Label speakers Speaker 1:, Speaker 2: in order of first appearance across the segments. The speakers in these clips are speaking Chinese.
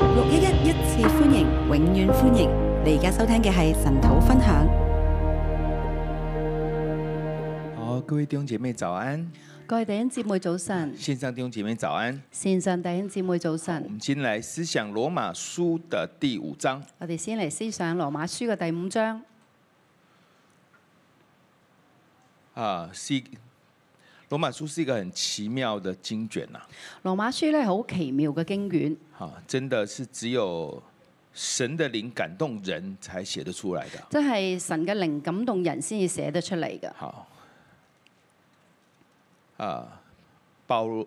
Speaker 1: 六一一一次歡迎，永遠歡迎！你而家收聽嘅係神土分享。
Speaker 2: 好，各位弟兄姐妹早安，
Speaker 3: 各位弟兄姊妹早晨，
Speaker 2: 线上弟兄姐妹早安。
Speaker 3: 線上弟兄姊妹早
Speaker 2: 我
Speaker 3: 晨。
Speaker 2: 们今天来思想罗马书的第五章。
Speaker 3: 我哋先嚟思想羅馬書嘅第五章。
Speaker 2: 啊，是一罗马书是一个很奇妙的经卷呐、
Speaker 3: 羅馬書咧好奇妙嘅經卷，
Speaker 2: 啊，真的是只有神的灵感动人才写得出来的。
Speaker 3: 即係神嘅靈感動人先至寫得出嚟嘅。
Speaker 2: 好，啊，保罗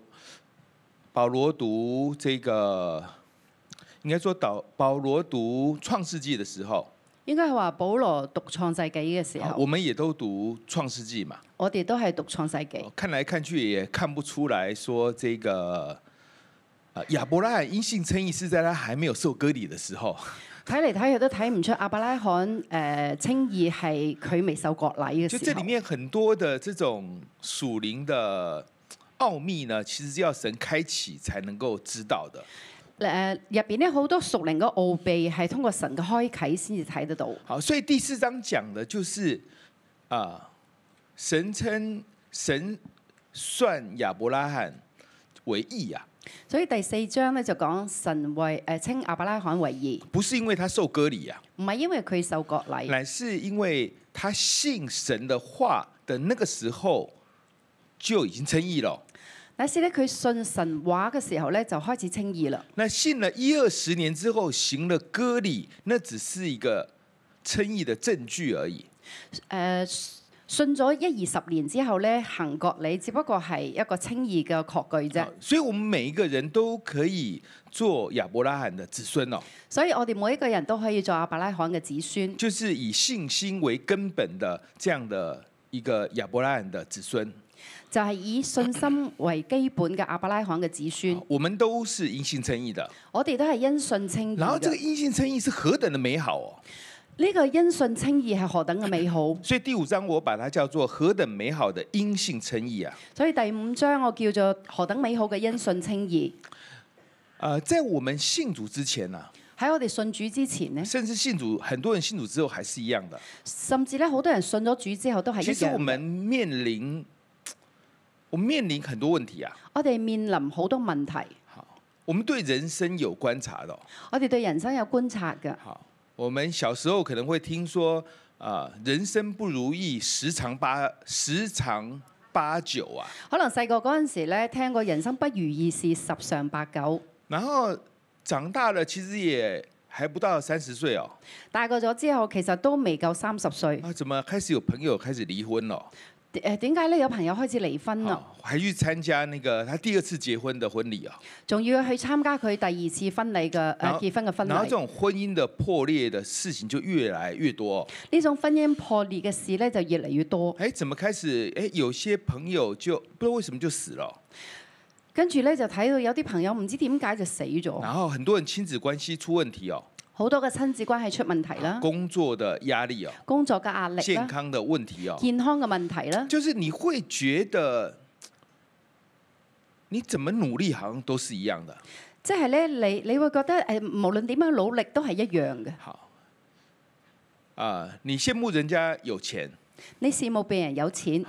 Speaker 2: 保罗读这个，应该说导保罗读创世纪的時候
Speaker 3: 應該係話保羅讀創世紀嘅時
Speaker 2: 啊我
Speaker 3: 候，
Speaker 2: 们也都讀創世紀嘛。
Speaker 3: 我哋都係讀創世紀。
Speaker 2: 看来看去也看不出来说这个呃亚伯拉罕因信称义是在他还没有受割礼的时候，
Speaker 3: 睇嚟睇去都睇唔出亞伯拉罕誒、呃稱義係佢未受割禮嘅
Speaker 2: 就这
Speaker 3: 時
Speaker 2: 里
Speaker 3: 候。
Speaker 2: 面很多的这种属灵的奥秘呢，其实是要神开启才能够知道的。
Speaker 3: 誒呃入邊咧好多屬靈嘅奧秘係通過神嘅開啟先至睇得到。
Speaker 2: 好，所以第四章讲的就是啊、神称神算亚伯拉罕为义啊，
Speaker 3: 所以第四章咧就講神為誒、呃稱亞伯拉罕為義。
Speaker 2: 不是因为他受割礼啊，
Speaker 3: 唔係因為佢受割禮，
Speaker 2: 乃是因为他信神的话的那个时候就已经称义了。
Speaker 3: 乃是咧佢信神話嘅時候咧就開始稱義啦。
Speaker 2: 那信了一二十年之后行了割礼，那只是一个称义的证据而已。
Speaker 3: 誒、呃信咗一二十年之後咧行割禮，只不過係一個稱義嘅確據啫
Speaker 2: 好。啊所以我们每一个人都可以做亚伯拉罕的子孙哦，
Speaker 3: 所以我哋每一個人都可以做亞伯拉罕嘅子孫，
Speaker 2: 就是以信心为根本的这样的一个亚伯拉罕的子孙。啊
Speaker 3: 就係、以信心為基本嘅亞伯拉罕嘅子孫
Speaker 2: 好。我们都是因信称义的，
Speaker 3: 我哋都係因信稱義
Speaker 2: 然后这
Speaker 3: 嘅。
Speaker 2: 个
Speaker 3: 呢、
Speaker 2: 因信称义是何等的美好哦！
Speaker 3: 個因信稱義係何等嘅美好。
Speaker 2: 所以第五章我把它叫做何等美好的因信称义啊！
Speaker 3: 所以第五章我叫做何等美好嘅因信稱義。
Speaker 2: 呃，在我们信主之前呢、
Speaker 3: 喺我哋信主之前呢，
Speaker 2: 甚至信主，很多人信主之后还是一样的。
Speaker 3: 甚至咧好多人信咗主之後都係啊一
Speaker 2: 其实
Speaker 3: 樣
Speaker 2: 我
Speaker 3: 嘅。
Speaker 2: 们面临，我们面临很多问题啊。
Speaker 3: 我哋面臨好多問題，
Speaker 2: 好，我们對人生有观察的哦、
Speaker 3: 我哋對人生有觀察嘅。
Speaker 2: 好，我们小时候可能会听说，啊、人生不如意十常八十常八九啊。
Speaker 3: 可能細個嗰陣時咧，聽過人生不如意事十常八九，
Speaker 2: 然后长大了，其实也还不到三十岁哦。
Speaker 3: 大個咗之後其實都未夠三十歲。
Speaker 2: 啊，怎么开始有朋友开始离婚了？哦
Speaker 3: 誒點解咧？有朋友開始離婚啊啦，
Speaker 2: 好还去參加那個他第二次结婚的婚禮啊，
Speaker 3: 仲要去參加佢第二次婚禮嘅
Speaker 2: 然後
Speaker 3: 誒結婚嘅婚
Speaker 2: 然後這
Speaker 3: 禮。
Speaker 2: 種婚姻的破裂的事情就越來越多哦。
Speaker 3: 呢種婚姻破裂嘅事咧就越嚟越多，
Speaker 2: 哎，怎麼開始？哎，有些朋友就不知道為什麼就死了哦，
Speaker 3: 跟住咧就睇到有啲朋友唔知點解就死咗，
Speaker 2: 然後很多人親子關係出問題哦，
Speaker 3: 好多嘅親子關係出問題啦，
Speaker 2: 工作的壓力哦，
Speaker 3: 工作嘅壓力
Speaker 2: 健
Speaker 3: 啦，
Speaker 2: 康的問題哦，
Speaker 3: 健康嘅問題啦。
Speaker 2: 就是你會覺得你怎麼努力好像都是一樣的。
Speaker 3: 即係咧，你你會覺得誒、呃，無論點樣努力都係一樣嘅。
Speaker 2: 好，啊、你羨慕人家有錢，
Speaker 3: 你羨慕別人有錢，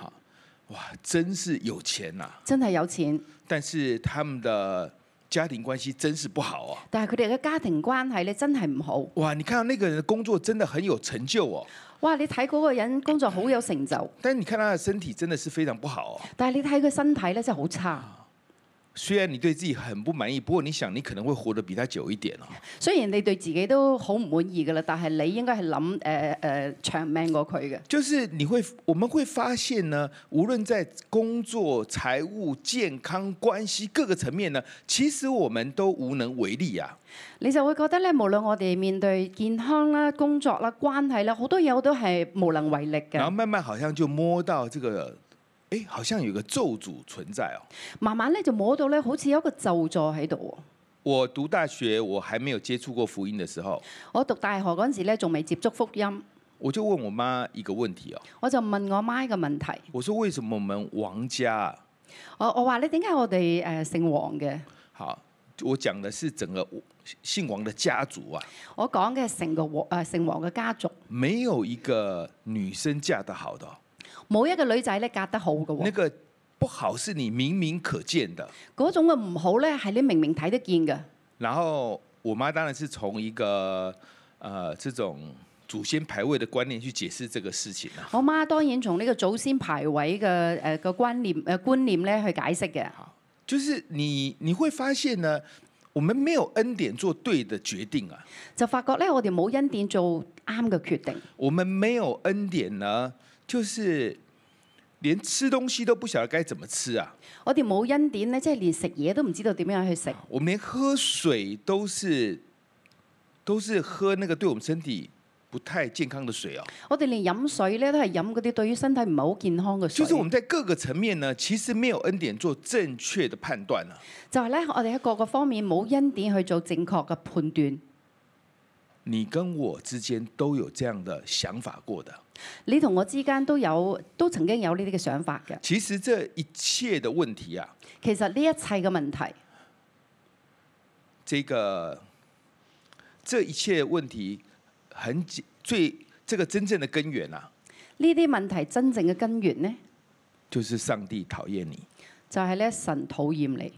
Speaker 2: 哇，真是有啊錢呐、
Speaker 3: 真係有錢，
Speaker 2: 但是他們的家庭關係真是不好哦。
Speaker 3: 但係佢哋嘅家庭關係咧真係唔好。
Speaker 2: 哇，你看到那個人的工作真的很有成就哦，
Speaker 3: 哇！你睇嗰個人工作好有成就，
Speaker 2: 但你看他的身體真的是非常不好哦。
Speaker 3: 但係你睇佢身體咧真係好差。
Speaker 2: 雖然你對自己很不滿意，不過你想你可能會活得比他久一點哦。
Speaker 3: 雖然你對自己都好唔滿意㗎啦，但係你應該係諗誒誒長命過佢嘅。
Speaker 2: 就是你會，我們會發現呢，無論在工作、財務、健康、關係各個層面呢，其實我們都無能為力啊。
Speaker 3: 你就會覺得咧，無論我哋面對健康啦、工作啦、關係啦，好多嘢我都係無能為力
Speaker 2: 然後
Speaker 3: 嘅。
Speaker 2: 慢慢好像就摸到這個，哎，好像有個咒诅存在哦。
Speaker 3: 慢慢咧就摸到咧，好似有一個咒助喺度喎。
Speaker 2: 我讀大學，我還沒有接觸過福音的時候，
Speaker 3: 我讀大學嗰陣時咧，仲未接觸福音。
Speaker 2: 我就問我媽一個問題哦，
Speaker 3: 我就問我媽一個問題，
Speaker 2: 我說為什麼我們王家啊
Speaker 3: 我我話你點解我哋誒、呃姓黃嘅？
Speaker 2: 好我讲的是整个姓王的家族啊，
Speaker 3: 我講嘅係成個王誒成王嘅家族，
Speaker 2: 没有一个女生嫁得好的哦、
Speaker 3: 冇一個女仔咧嫁得好嘅
Speaker 2: 那
Speaker 3: 喎。
Speaker 2: 个不好是你明明可见的。
Speaker 3: 嗰種嘅唔好咧，係你明明睇得見嘅。
Speaker 2: 然后我妈当然是从一个呃这种祖先排位的观念去解释这个事情啊。
Speaker 3: 我媽當然從呢個祖先排位嘅誒個觀念誒、呃觀念咧去解釋嘅。
Speaker 2: 就是你你会发现呢，我们没有恩典做对的决定啊，
Speaker 3: 就發覺咧，我哋冇恩典做啱嘅決定，
Speaker 2: 我们没有恩典呢，就是连吃东西都不晓得该怎么吃啊，
Speaker 3: 我哋冇恩典咧，即係連食嘢都唔知道點樣去食，
Speaker 2: 我们连喝水都是都是喝那个对我们身体不太健康的水哦。
Speaker 3: 我哋連飲水咧都係飲嗰啲對於身體唔係好健康嘅
Speaker 2: 就是我
Speaker 3: 水。
Speaker 2: 们在各个层面呢，其实没有恩典做正确的判断啊。
Speaker 3: 就係咧，我哋喺各個方面冇恩典去做正確嘅判斷。
Speaker 2: 你跟我之间都有这样的想法过的。
Speaker 3: 你同我之間都有都曾經有呢啲嘅想法嘅。
Speaker 2: 其实这一切的问题啊，
Speaker 3: 其實呢一切嘅問題，
Speaker 2: 这个这一切问题很简最这个真正的根源啊，
Speaker 3: 呢啲問題真正嘅根源呢，
Speaker 2: 就是上帝讨厌你，
Speaker 3: 就係、咧神討厭你，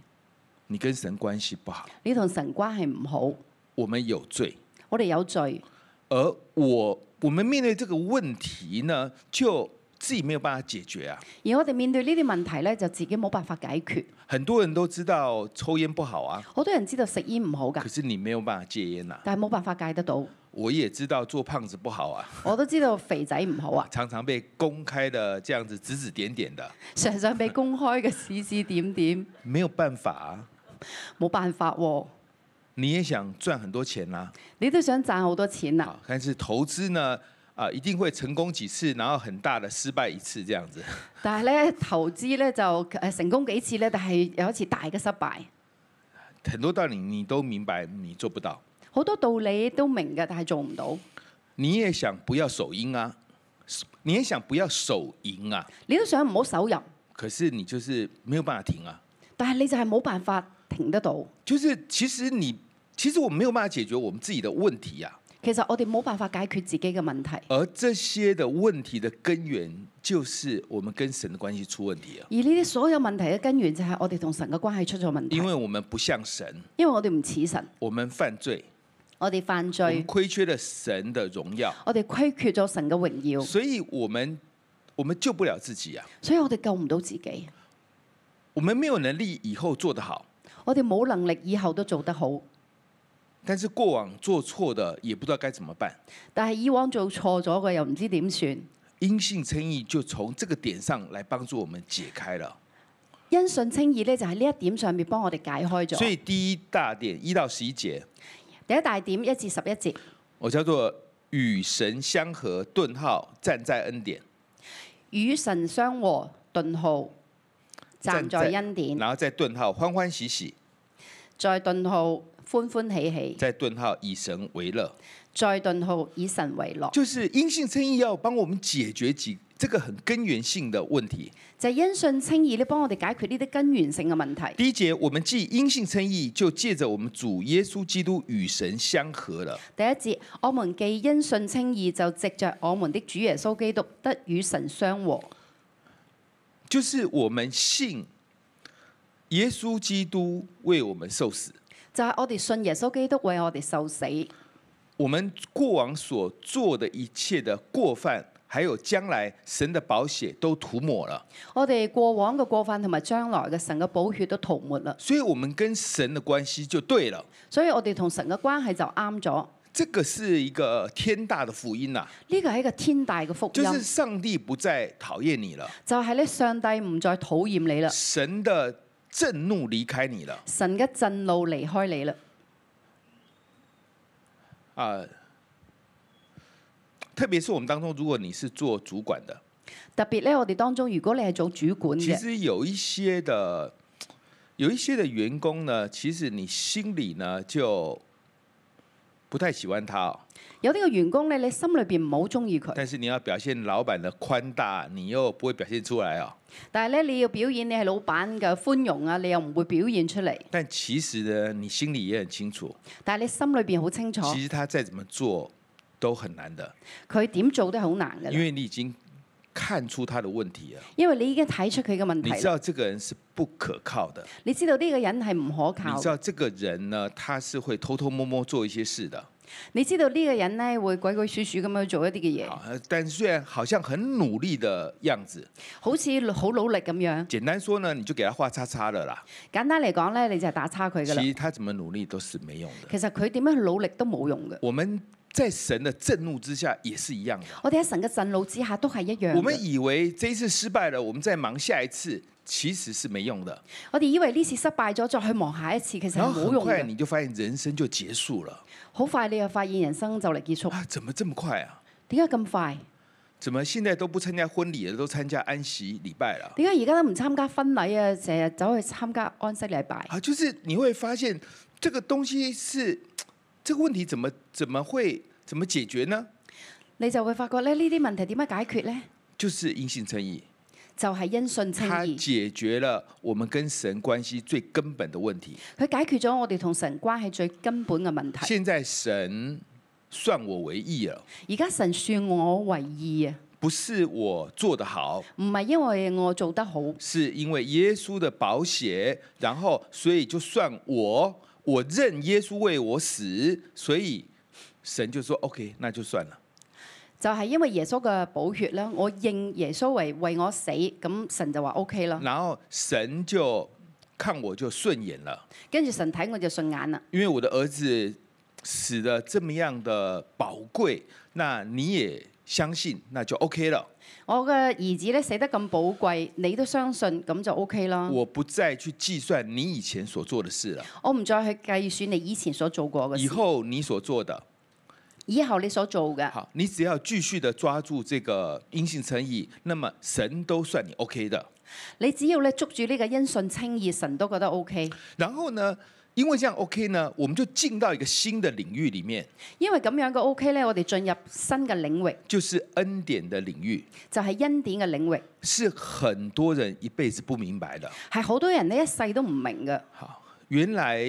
Speaker 2: 你跟神關係不好，
Speaker 3: 你同神關係唔好，
Speaker 2: 我们有罪，
Speaker 3: 我哋有罪，
Speaker 2: 而我我们面对这个问题呢，就自己没有办法解决啊。
Speaker 3: 而我哋面對呢啲問題呢，就自己冇辦法解決。
Speaker 2: 很多人都知道抽烟不好啊，
Speaker 3: 好多人知道食煙唔好
Speaker 2: 可
Speaker 3: 㗎，
Speaker 2: 是你没有办法戒烟呐、啊
Speaker 3: 但係冇辦法戒得到。
Speaker 2: 我也知道做胖子不好啊，
Speaker 3: 我都知道肥仔唔好 啊，
Speaker 2: 常常被公开的这样子指指点点的，
Speaker 3: 常常被公開嘅指指點點，
Speaker 2: 没有办法、啊。
Speaker 3: 冇辦法喎、
Speaker 2: 你也想赚很多钱啦、
Speaker 3: 你都想賺好多錢啊啦，
Speaker 2: 好，但是投资呢，啊、一定会成功几次，然后很大的失败一次这样子。
Speaker 3: 但係呢，投資呢就誒成功幾次呢，但係有一次大嘅失敗。
Speaker 2: 很多道理你都明白，你做不到。
Speaker 3: 好多道理都明嘅，但係做唔到。
Speaker 2: 你也想不要手淫啊，你也想不要手淫啊，
Speaker 3: 你都想唔好手淫，
Speaker 2: 可是你就是没有办法停啊。
Speaker 3: 但係你就係冇辦法停得到。
Speaker 2: 就是其实你，其实我们没有办法解决我们自己的问题啊。
Speaker 3: 其實我哋冇辦法解決自己嘅問題，
Speaker 2: 而这些的问题的根源，就是我们跟神的关系出问题啊了，
Speaker 3: 而呢啲所有問題嘅根源就係我哋同神嘅關係出咗問題，
Speaker 2: 因
Speaker 3: 因為
Speaker 2: 为我们不像神，
Speaker 3: 我哋唔似神，
Speaker 2: 我们犯罪，
Speaker 3: 我哋犯
Speaker 2: 我们
Speaker 3: 罪，
Speaker 2: 亏缺了神的荣耀，
Speaker 3: 我哋虧缺咗神嘅榮耀，
Speaker 2: 所以我们我们救不了自己啊，
Speaker 3: 所以我哋救唔到自己，
Speaker 2: 我们没有能力以后做得好，
Speaker 3: 我哋冇能力以後都做得好。
Speaker 2: 但是过往做错的也不知道该怎么办，
Speaker 3: 但係以往做錯咗嘅又唔知點算，
Speaker 2: 因信称义就从这个点上来帮助我们解开了。
Speaker 3: 因信稱義呢，就喺呢一點上面幫我哋解開
Speaker 2: 所以
Speaker 3: 咗。
Speaker 2: 第一大点一到十一节，
Speaker 3: 第一大點一至十一節，
Speaker 2: 我叫做与神相合，顿号站在恩典。
Speaker 3: 與神相和，頓號站在恩典。
Speaker 2: 然后再顿号欢欢喜喜，
Speaker 3: 再頓號歡歡喜喜，
Speaker 2: 再顿号以神为乐，
Speaker 3: 再頓號以神為樂，
Speaker 2: 就是因信称义要帮我们解决几这个很根源性的问题。
Speaker 3: 就係因信稱義咧，幫我哋解決呢啲根源性嘅問題。
Speaker 2: 第一节，我们既因信称义，就借着我们主耶稣基督与神相合了。
Speaker 3: 第一節，我們既因信稱義，就藉着我們的主耶穌基督得與神相和，
Speaker 2: 就是我们信耶穌基督为我们受死，
Speaker 3: 就係、我哋信耶穌基督為我哋受死，
Speaker 2: 我们过往所做的一切的过犯，还有将来神的宝血都涂抹了，
Speaker 3: 我哋過往嘅過犯同埋將來嘅神嘅寶血都塗抹啦，
Speaker 2: 所以我们跟神的关系就对了。
Speaker 3: 所以我哋同神嘅關係就啱咗。
Speaker 2: 这个是一个天大的福音呐、啊
Speaker 3: 呢個係一個天大嘅福音，
Speaker 2: 就是上帝不再讨厌你了，
Speaker 3: 就係咧上帝唔再討厭你啦，
Speaker 2: 神的震怒离开你了
Speaker 3: 神嘅震怒離開你啦。
Speaker 2: 啊、特别是我们当中，如果你是做主管的，
Speaker 3: 特別咧，我哋當中如果你係做主管
Speaker 2: 其
Speaker 3: 嘅，
Speaker 2: 实有一些的有一些的员工呢，其实你心里呢就不太喜欢他哦，
Speaker 3: 有呢個員工咧，你心裏邊唔好中意佢，
Speaker 2: 但是你要表现老板的宽大，你又不会表现出来哦。
Speaker 3: 但係咧你要表演你係老闆嘅寬容啊，你又唔會表現出嚟。
Speaker 2: 但其实呢，你心里也很清楚，
Speaker 3: 但係你心裏邊好清楚，
Speaker 2: 其实他再怎么做都很难的，
Speaker 3: 佢點做都係好難嘅啦，
Speaker 2: 因为你已经看出他的问题了，
Speaker 3: 因為你已經睇出佢嘅問
Speaker 2: 你
Speaker 3: 題
Speaker 2: 知
Speaker 3: 啦，
Speaker 2: 道这个人是不可靠的，
Speaker 3: 你知道呢個人係唔可
Speaker 2: 你
Speaker 3: 靠
Speaker 2: 知，道这个人呢，他是会偷偷摸摸做一些事的。
Speaker 3: 你知道呢個人咧會鬼鬼祟祟咁樣做一啲嘅嘢，
Speaker 2: 好，呃但虽然好像很努力的样子，
Speaker 3: 好似好努力咁樣。
Speaker 2: 简单说呢，你就给他画叉叉了啦。
Speaker 3: 簡單嚟講咧，你就係打叉佢
Speaker 2: 其
Speaker 3: 噶啦。
Speaker 2: 实他怎么努力都是没用的。
Speaker 3: 其實佢點樣去努力都冇用嘅。
Speaker 2: 我们在神的震怒之下也是一样的。
Speaker 3: 我哋喺神嘅震怒之下都係一樣
Speaker 2: 我们
Speaker 3: 嘅。
Speaker 2: 以为这一次失败了，我们再忙下一次，其实是没用的。
Speaker 3: 我哋以為呢次失敗咗，再去望下一次，其實
Speaker 2: 然
Speaker 3: 係
Speaker 2: 后
Speaker 3: 冇
Speaker 2: 很
Speaker 3: 啊用
Speaker 2: 快
Speaker 3: 嘅。
Speaker 2: 你就发现人生就结束了
Speaker 3: 好快你又發現人生就嚟結束，
Speaker 2: 啊！怎么这么快啊？
Speaker 3: 點解咁快？
Speaker 2: 怎么现在都不参加婚礼了，都参加安息礼拜了？
Speaker 3: 點解而家都唔參加婚禮啊？成日走去參加安息禮拜。
Speaker 2: 啊，就是你会发现这个东西是这个问题怎么怎么会怎么解决呢？
Speaker 3: 你就會發覺咧，呢啲問題點樣解決呢？
Speaker 2: 就是因信称义，
Speaker 3: 就係、因信稱
Speaker 2: 它
Speaker 3: 義，
Speaker 2: 解决了我们跟神关系最根本的问题。
Speaker 3: 佢解決咗我哋同神關係最根本嘅問題。
Speaker 2: 现在神算我为义了，
Speaker 3: 而家神算我為義啊，
Speaker 2: 不是我做得好，
Speaker 3: 唔係因為我做得好，
Speaker 2: 是因为耶稣的保险，然后所以就算我我认耶稣为我死，所以神就说 OK，那就算了。
Speaker 3: 就係因為耶穌嘅寶血啦，我認耶穌為為我死，咁神就話 O K 啦。
Speaker 2: 然后神就看我就顺眼了。
Speaker 3: 跟住神睇我就順眼啦，
Speaker 2: 因为我的儿子死的这么样的宝贵，那你也相信，那就 OK 了。
Speaker 3: 我嘅兒子咧死得咁寶貴，你都相信咁就 O K 啦。
Speaker 2: 我不再去计算你以前所做的事了，
Speaker 3: 我唔再去計算你以前所做過嘅
Speaker 2: 以
Speaker 3: 事，
Speaker 2: 后你所做的，
Speaker 3: 以後你所做嘅，
Speaker 2: 好，你只要继续的抓住这个阴性诚意，那么神都算你 OK 的。
Speaker 3: 你只要咧捉住呢個因信稱義，神都覺得 O K。
Speaker 2: 然后呢，因为这样 OK 呢，我们就进到一个新的领域里面，
Speaker 3: 因為咁樣嘅 O K 咧，我哋進入新嘅領域，
Speaker 2: 就是恩典的领域，
Speaker 3: 就係、恩典嘅領域，
Speaker 2: 是很多人一辈子不明白的。
Speaker 3: 係好多人呢一世都唔明嘅。
Speaker 2: 好，原来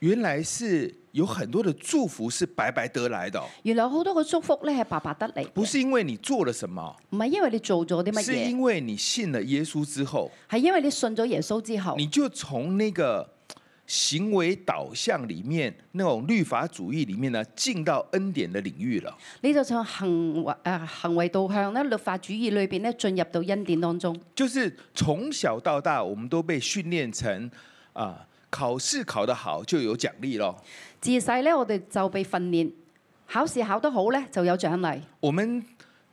Speaker 2: 原来是有很多的祝福是白白得来的哦、
Speaker 3: 原來好多個祝福咧係白白得嚟嘅，
Speaker 2: 不是因为你做了什么，
Speaker 3: 唔係因為你做咗啲乜
Speaker 2: 是
Speaker 3: 嘢，
Speaker 2: 因为你信了耶稣之后，
Speaker 3: 係因為你信咗耶穌之後，
Speaker 2: 你就从那个行为导向里面那种律法主义里面呢，进到恩典的领域了。
Speaker 3: 你就從行為誒、呃行為導向咧律法主義裏邊咧進入到恩典當中。
Speaker 2: 就是从小到大，我们都被训练成啊、考试考得好就有奖励咯。
Speaker 3: 自細咧，我哋就被訓練，考試考得好咧就有獎勵。
Speaker 2: 我们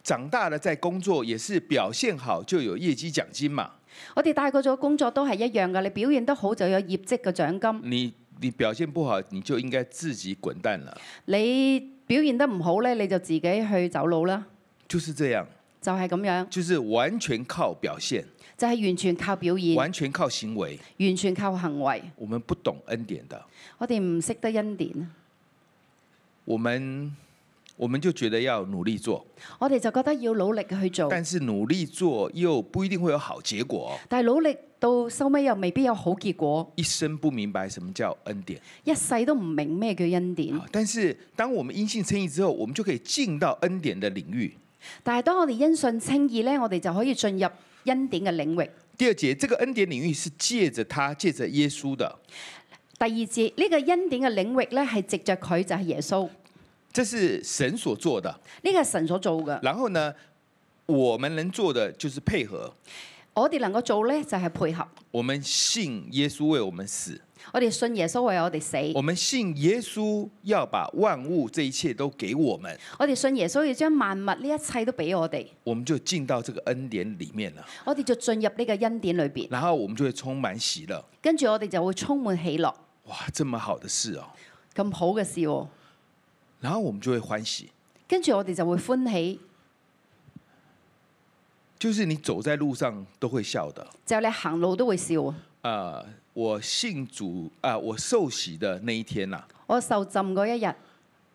Speaker 2: 长大了在工作也是表现好就有业绩奖金嘛。
Speaker 3: 我哋大個咗工作都係一樣噶，你表現得好就有業績嘅獎金，
Speaker 2: 你你表现不好，你就应该自己滚蛋了，
Speaker 3: 你表現得唔好咧你就自己去走佬啦，
Speaker 2: 就是这样，
Speaker 3: 就係、咁樣，
Speaker 2: 就是完全靠表現，
Speaker 3: 就係、完全靠表現，
Speaker 2: 完全靠行為。
Speaker 3: 完全靠行為。
Speaker 2: 我們不懂恩典的，
Speaker 3: 我哋唔識得恩典，
Speaker 2: 我们我们就觉得要努力做，
Speaker 3: 我哋就覺得要努力去做，
Speaker 2: 但是努力做又不一定会有好结果。哦
Speaker 3: 但係努力到收尾又未必有好結果，
Speaker 2: 一生不明白什么叫恩典，
Speaker 3: 一世都唔明咩叫恩典。
Speaker 2: 好但是当我们因信称义之后，我们就可以进到恩典的领域。
Speaker 3: 但係當我哋因信稱義咧，我哋就可以進入恩典嘅領域。
Speaker 2: 第二节，这个恩典领域是借着他，借着耶稣的，
Speaker 3: 第二節呢、個恩典嘅領域咧，係藉着佢就係耶穌，呢、
Speaker 2: 这是神所做的。
Speaker 3: 個係神所做嘅。
Speaker 2: 然后呢，我们能做的就是配合。
Speaker 3: 我哋能夠做咧，就係配合。
Speaker 2: 我们信耶穌为我们死，
Speaker 3: 我哋信耶穌為我哋死，
Speaker 2: 我們信耶穌要把萬物这一切都給我們，
Speaker 3: 我哋信耶穌要將萬物呢一切都俾我哋，
Speaker 2: 我們就進到這個恩典里面了。
Speaker 3: 我哋就進入呢個恩典裏邊，
Speaker 2: 然後我們就會充滿喜樂，
Speaker 3: 跟住我哋就會充滿喜樂。
Speaker 2: 哇，這麼好的事哦！
Speaker 3: 咁好嘅事喎，
Speaker 2: 然後我們就會歡喜，
Speaker 3: 跟住我哋就會歡喜，
Speaker 2: 就是你走在路上都會笑的，
Speaker 3: 就你行路都會笑啊！
Speaker 2: 呃，我信主啊、我受洗的那一天呐、
Speaker 3: 我受浸嗰一日，誒、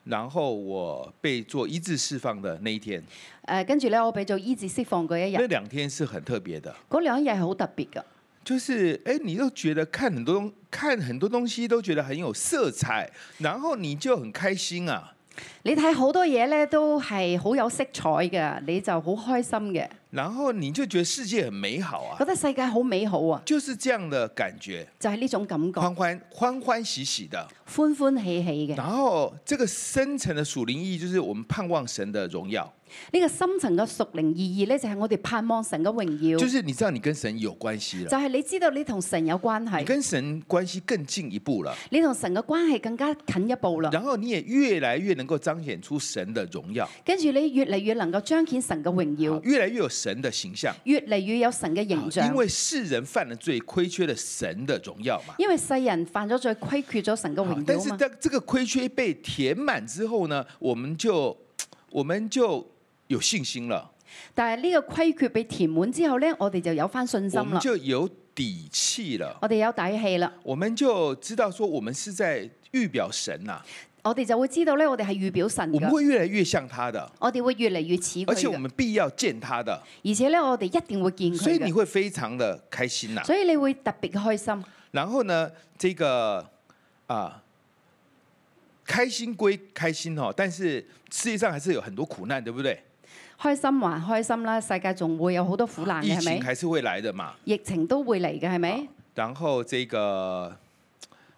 Speaker 2: 然後我被做一致釋放的那一天，
Speaker 3: 呃跟住咧我俾做醫治釋放嗰一
Speaker 2: 那
Speaker 3: 日，
Speaker 2: 兩天是很特別的。
Speaker 3: 嗰兩日係好特別㗎。
Speaker 2: 就是哎，你都觉得看很多东看很多东西都觉得很有色彩，然后你就很开心啊。
Speaker 3: 你睇好多嘢咧都係好有色彩嘅，你就好開心嘅，
Speaker 2: 然後你就觉得世界很美好啊
Speaker 3: 覺，得世界好美好啊，
Speaker 2: 就是這樣的感覺，
Speaker 3: 就係、呢種感覺，
Speaker 2: 歡歡歡歡喜喜的。
Speaker 3: 歡歡喜喜嘅。呢、
Speaker 2: 然後這個深層的屬靈意義就是我們盼望神的榮耀，
Speaker 3: 個深層嘅屬靈意義咧，就係、我哋盼望神嘅榮耀，
Speaker 2: 就
Speaker 3: 就
Speaker 2: 啊
Speaker 3: 是
Speaker 2: 你知道你跟神有關係了，
Speaker 3: 係你知道你同神有關
Speaker 2: 你
Speaker 3: 係，
Speaker 2: 跟神關係更進一步了，
Speaker 3: 你同神嘅關係更加近一步啦。
Speaker 2: 然後你也越來越能夠彰顯出神的榮耀，啊
Speaker 3: 跟住你越嚟越能夠彰顯神嘅榮耀，
Speaker 2: 越來越有神的形象，啊
Speaker 3: 越嚟越有神嘅形象
Speaker 2: 因。為世人犯了罪，虧缺了神的榮耀嘛。
Speaker 3: 因為世人犯咗罪，虧缺咗神嘅
Speaker 2: 好
Speaker 3: 榮
Speaker 2: 啊但
Speaker 3: 耀
Speaker 2: 是
Speaker 3: 嘛。
Speaker 2: 这这個虧缺被填滿之後呢，我們就我們就有信心了，
Speaker 3: 但係呢個虧缺被填滿之後呢，我哋就有翻信
Speaker 2: 我
Speaker 3: 心
Speaker 2: 們
Speaker 3: 啦，
Speaker 2: 就有底氣了，
Speaker 3: 我哋有底氣啦，
Speaker 2: 我們就知道說我們是在預表神呐、
Speaker 3: 我哋就會知道呢，我哋係預嗯表神
Speaker 2: 我們
Speaker 3: 嘅，
Speaker 2: 會越來越像他的，
Speaker 3: 我哋會越嚟越似佢
Speaker 2: 而且我
Speaker 3: 嘅，
Speaker 2: 們必要見他的，
Speaker 3: 而且呢，我哋一定會見
Speaker 2: 所以
Speaker 3: 佢
Speaker 2: 你
Speaker 3: 嘅，
Speaker 2: 會非常的開心呐、
Speaker 3: 所以你會特別開心。
Speaker 2: 然後呢，这个啊。開心歸開心哦，但是世界上還是有很多苦難，對不對？
Speaker 3: 開心還開心啦，世界仲會有好多苦難
Speaker 2: 啊疫
Speaker 3: 嘅，係
Speaker 2: 情啊
Speaker 3: 咪？
Speaker 2: 還是會來的嘛。
Speaker 3: 疫情都會嚟嘅，係咪？
Speaker 2: 然後这个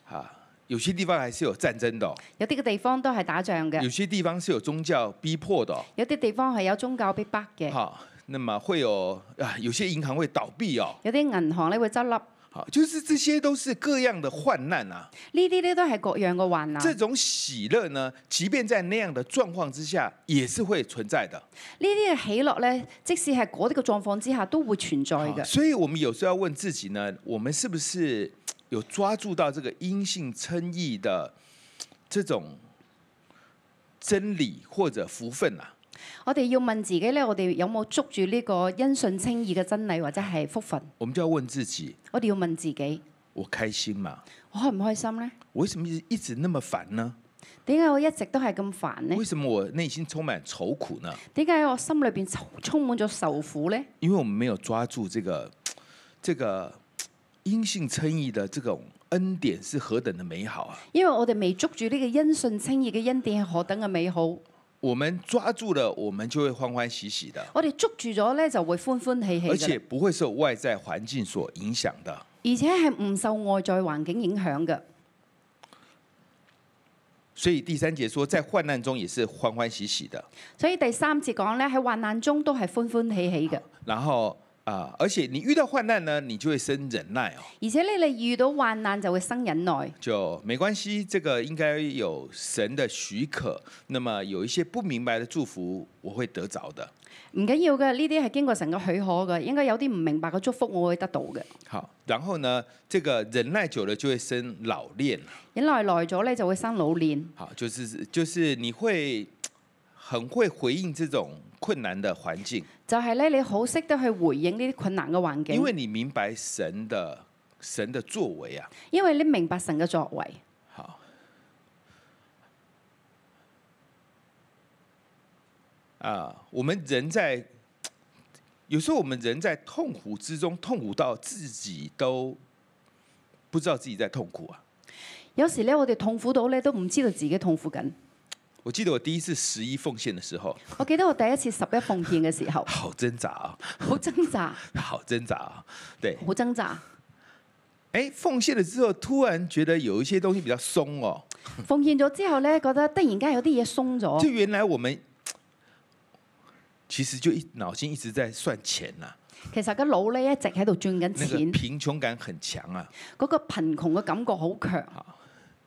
Speaker 2: 啊，有些地方還是有戰爭的哦、
Speaker 3: 有啲嘅地方都係打仗嘅
Speaker 2: 有，些地方是有宗教逼迫的哦、
Speaker 3: 有啲地方係有宗教逼迫嘅，
Speaker 2: 好，那麼會有啊，有些銀行會倒閉哦。
Speaker 3: 有啲銀行咧會執笠，呢
Speaker 2: 好，就是這些都是各樣的患難啊。
Speaker 3: 啲咧都係各樣嘅患難。
Speaker 2: 這種喜樂呢，即便在那樣的狀況之下，也是會存在的。
Speaker 3: 呢啲嘅喜樂咧，即使係嗰啲嘅狀況之下，都會存在
Speaker 2: 好
Speaker 3: 嘅。
Speaker 2: 所以我們有時候要問自己呢，我們是不是嘖有抓住到這個因信稱義的嘖這種真理或者福分啊？
Speaker 3: 我哋要問自己咧，我哋有冇捉住呢個因信稱義嘅真理或者係福分？
Speaker 2: 我們就要問自己：
Speaker 3: 我哋要問自己，
Speaker 2: 我開心嗎？
Speaker 3: 我開唔開心呢？
Speaker 2: 我為什麼一直一直那麼煩呢？
Speaker 3: 點解我一直都係咁煩呢
Speaker 2: 為？什麼我內心充滿愁苦呢？
Speaker 3: 點解我心裏邊充充滿咗受苦呢？
Speaker 2: 因為我們沒有抓住這個這個因信稱義的這種恩典是何等的美好啊！
Speaker 3: 因為我哋未捉住呢個因信稱義嘅恩典係何等嘅美好，我
Speaker 2: 我們抓住了，我們就會歡歡喜喜的，
Speaker 3: 哋捉住咗咧就會歡歡喜喜
Speaker 2: 而
Speaker 3: 嘅
Speaker 2: 且
Speaker 3: 啦，
Speaker 2: 不會受外在環境所影響的。
Speaker 3: 而且係唔受外在環境影響嘅。
Speaker 2: 所以第三節說，在患難中也是歡歡喜喜的。
Speaker 3: 所以第三節講咧，喺患難中都係歡歡喜喜嘅。
Speaker 2: 然後啊、而且你遇到患難呢，你就會生忍耐哦，
Speaker 3: 而且咧，你遇到患難就會生忍耐。
Speaker 2: 就沒關係，這個應該有神的許可。那麼有一些不明白的祝福，我會得着的。
Speaker 3: 唔緊要嘅，呢啲係經過神嘅許可嘅，應該有啲唔明白嘅祝福我會得到嘅。
Speaker 2: 好，然後呢，這個忍耐久了就會生老練，
Speaker 3: 忍耐耐咗咧就會生老練，
Speaker 2: 好，就是就是你會很會回應這種困難的環境，
Speaker 3: 就係、咧你好識得去回應呢啲困難嘅環境，
Speaker 2: 因
Speaker 3: 因
Speaker 2: 為
Speaker 3: 為
Speaker 2: 你明白神的神的作為啊。
Speaker 3: 你明白神嘅作為。
Speaker 2: 好，啊，我們人在有時候我們人在痛苦之中，痛苦到自己都不知道自己在痛苦啊。
Speaker 3: 有時咧我哋痛苦到咧都唔知道自己痛苦緊。
Speaker 2: 我記得我第一次十一奉獻的時候，，
Speaker 3: 我記得我第一次十一奉獻嘅時候
Speaker 2: 好掙扎啊，
Speaker 3: 好掙扎，
Speaker 2: 好掙扎啊！對，
Speaker 3: 好掙扎。
Speaker 2: 哎，奉獻了之後，突然覺得有一些東西比較鬆哦。
Speaker 3: 奉獻咗之後咧，覺得突然間有啲嘢鬆
Speaker 2: 就
Speaker 3: 咗。
Speaker 2: 原來我們其實就一腦筋一直在算錢呐、
Speaker 3: 其實個腦咧一直喺度轉緊
Speaker 2: 那個
Speaker 3: 錢，嗰、
Speaker 2: 貧窮感很強啊。
Speaker 3: 個 貧窮嘅感覺好強。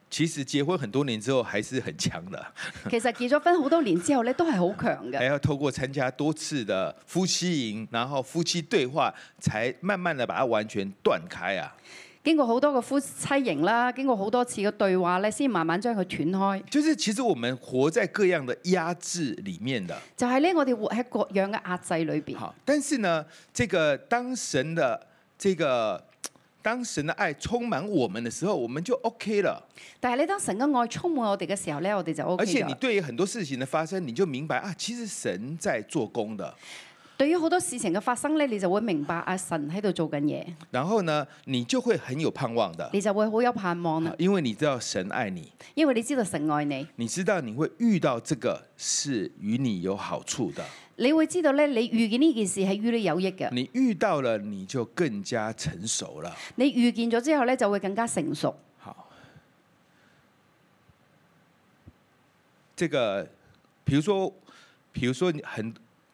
Speaker 2: 其實結婚很多年之後還是很強的，
Speaker 3: 其實結咗婚好多年之後咧，都係好強
Speaker 2: 還
Speaker 3: 嘅，
Speaker 2: 要透過參加多次的夫妻營，然後夫妻對話，才慢慢的把它完全斷開啊。
Speaker 3: 經過好多個夫妻營啦，經過好多次嘅對話咧，先慢慢將佢斷開。
Speaker 2: 就是其實我們活在各樣的壓制裡面的。
Speaker 3: 就係咧，我哋活喺各樣嘅壓制裏邊。
Speaker 2: 好，但是呢，這個當神的這個当神的爱充满我们的时候，我们就 OK 了。
Speaker 3: 但係你當神嘅愛充滿我哋嘅時候咧，我哋就 O
Speaker 2: 而
Speaker 3: K
Speaker 2: 且你
Speaker 3: 㗎。
Speaker 2: 对于很多事情的发生，你就明白啊，其实神在做工的。
Speaker 3: 對於好多事情嘅發生咧，你就會明白阿神喺度做緊嘢，
Speaker 2: 然后呢，你就会很有盼望的，
Speaker 3: 你就會好有盼望啦
Speaker 2: 啊。因为你知道神爱你，
Speaker 3: 因為你知道神愛你，
Speaker 2: 你知道你会遇到这个是与你有好处的。
Speaker 3: 你會知道咧，你遇見呢件事係於你有益嘅。
Speaker 2: 你遇到了，你就更加成熟了。
Speaker 3: 你遇見咗之後咧，就會更加成熟。
Speaker 2: 好，这个，比如说，比如说你很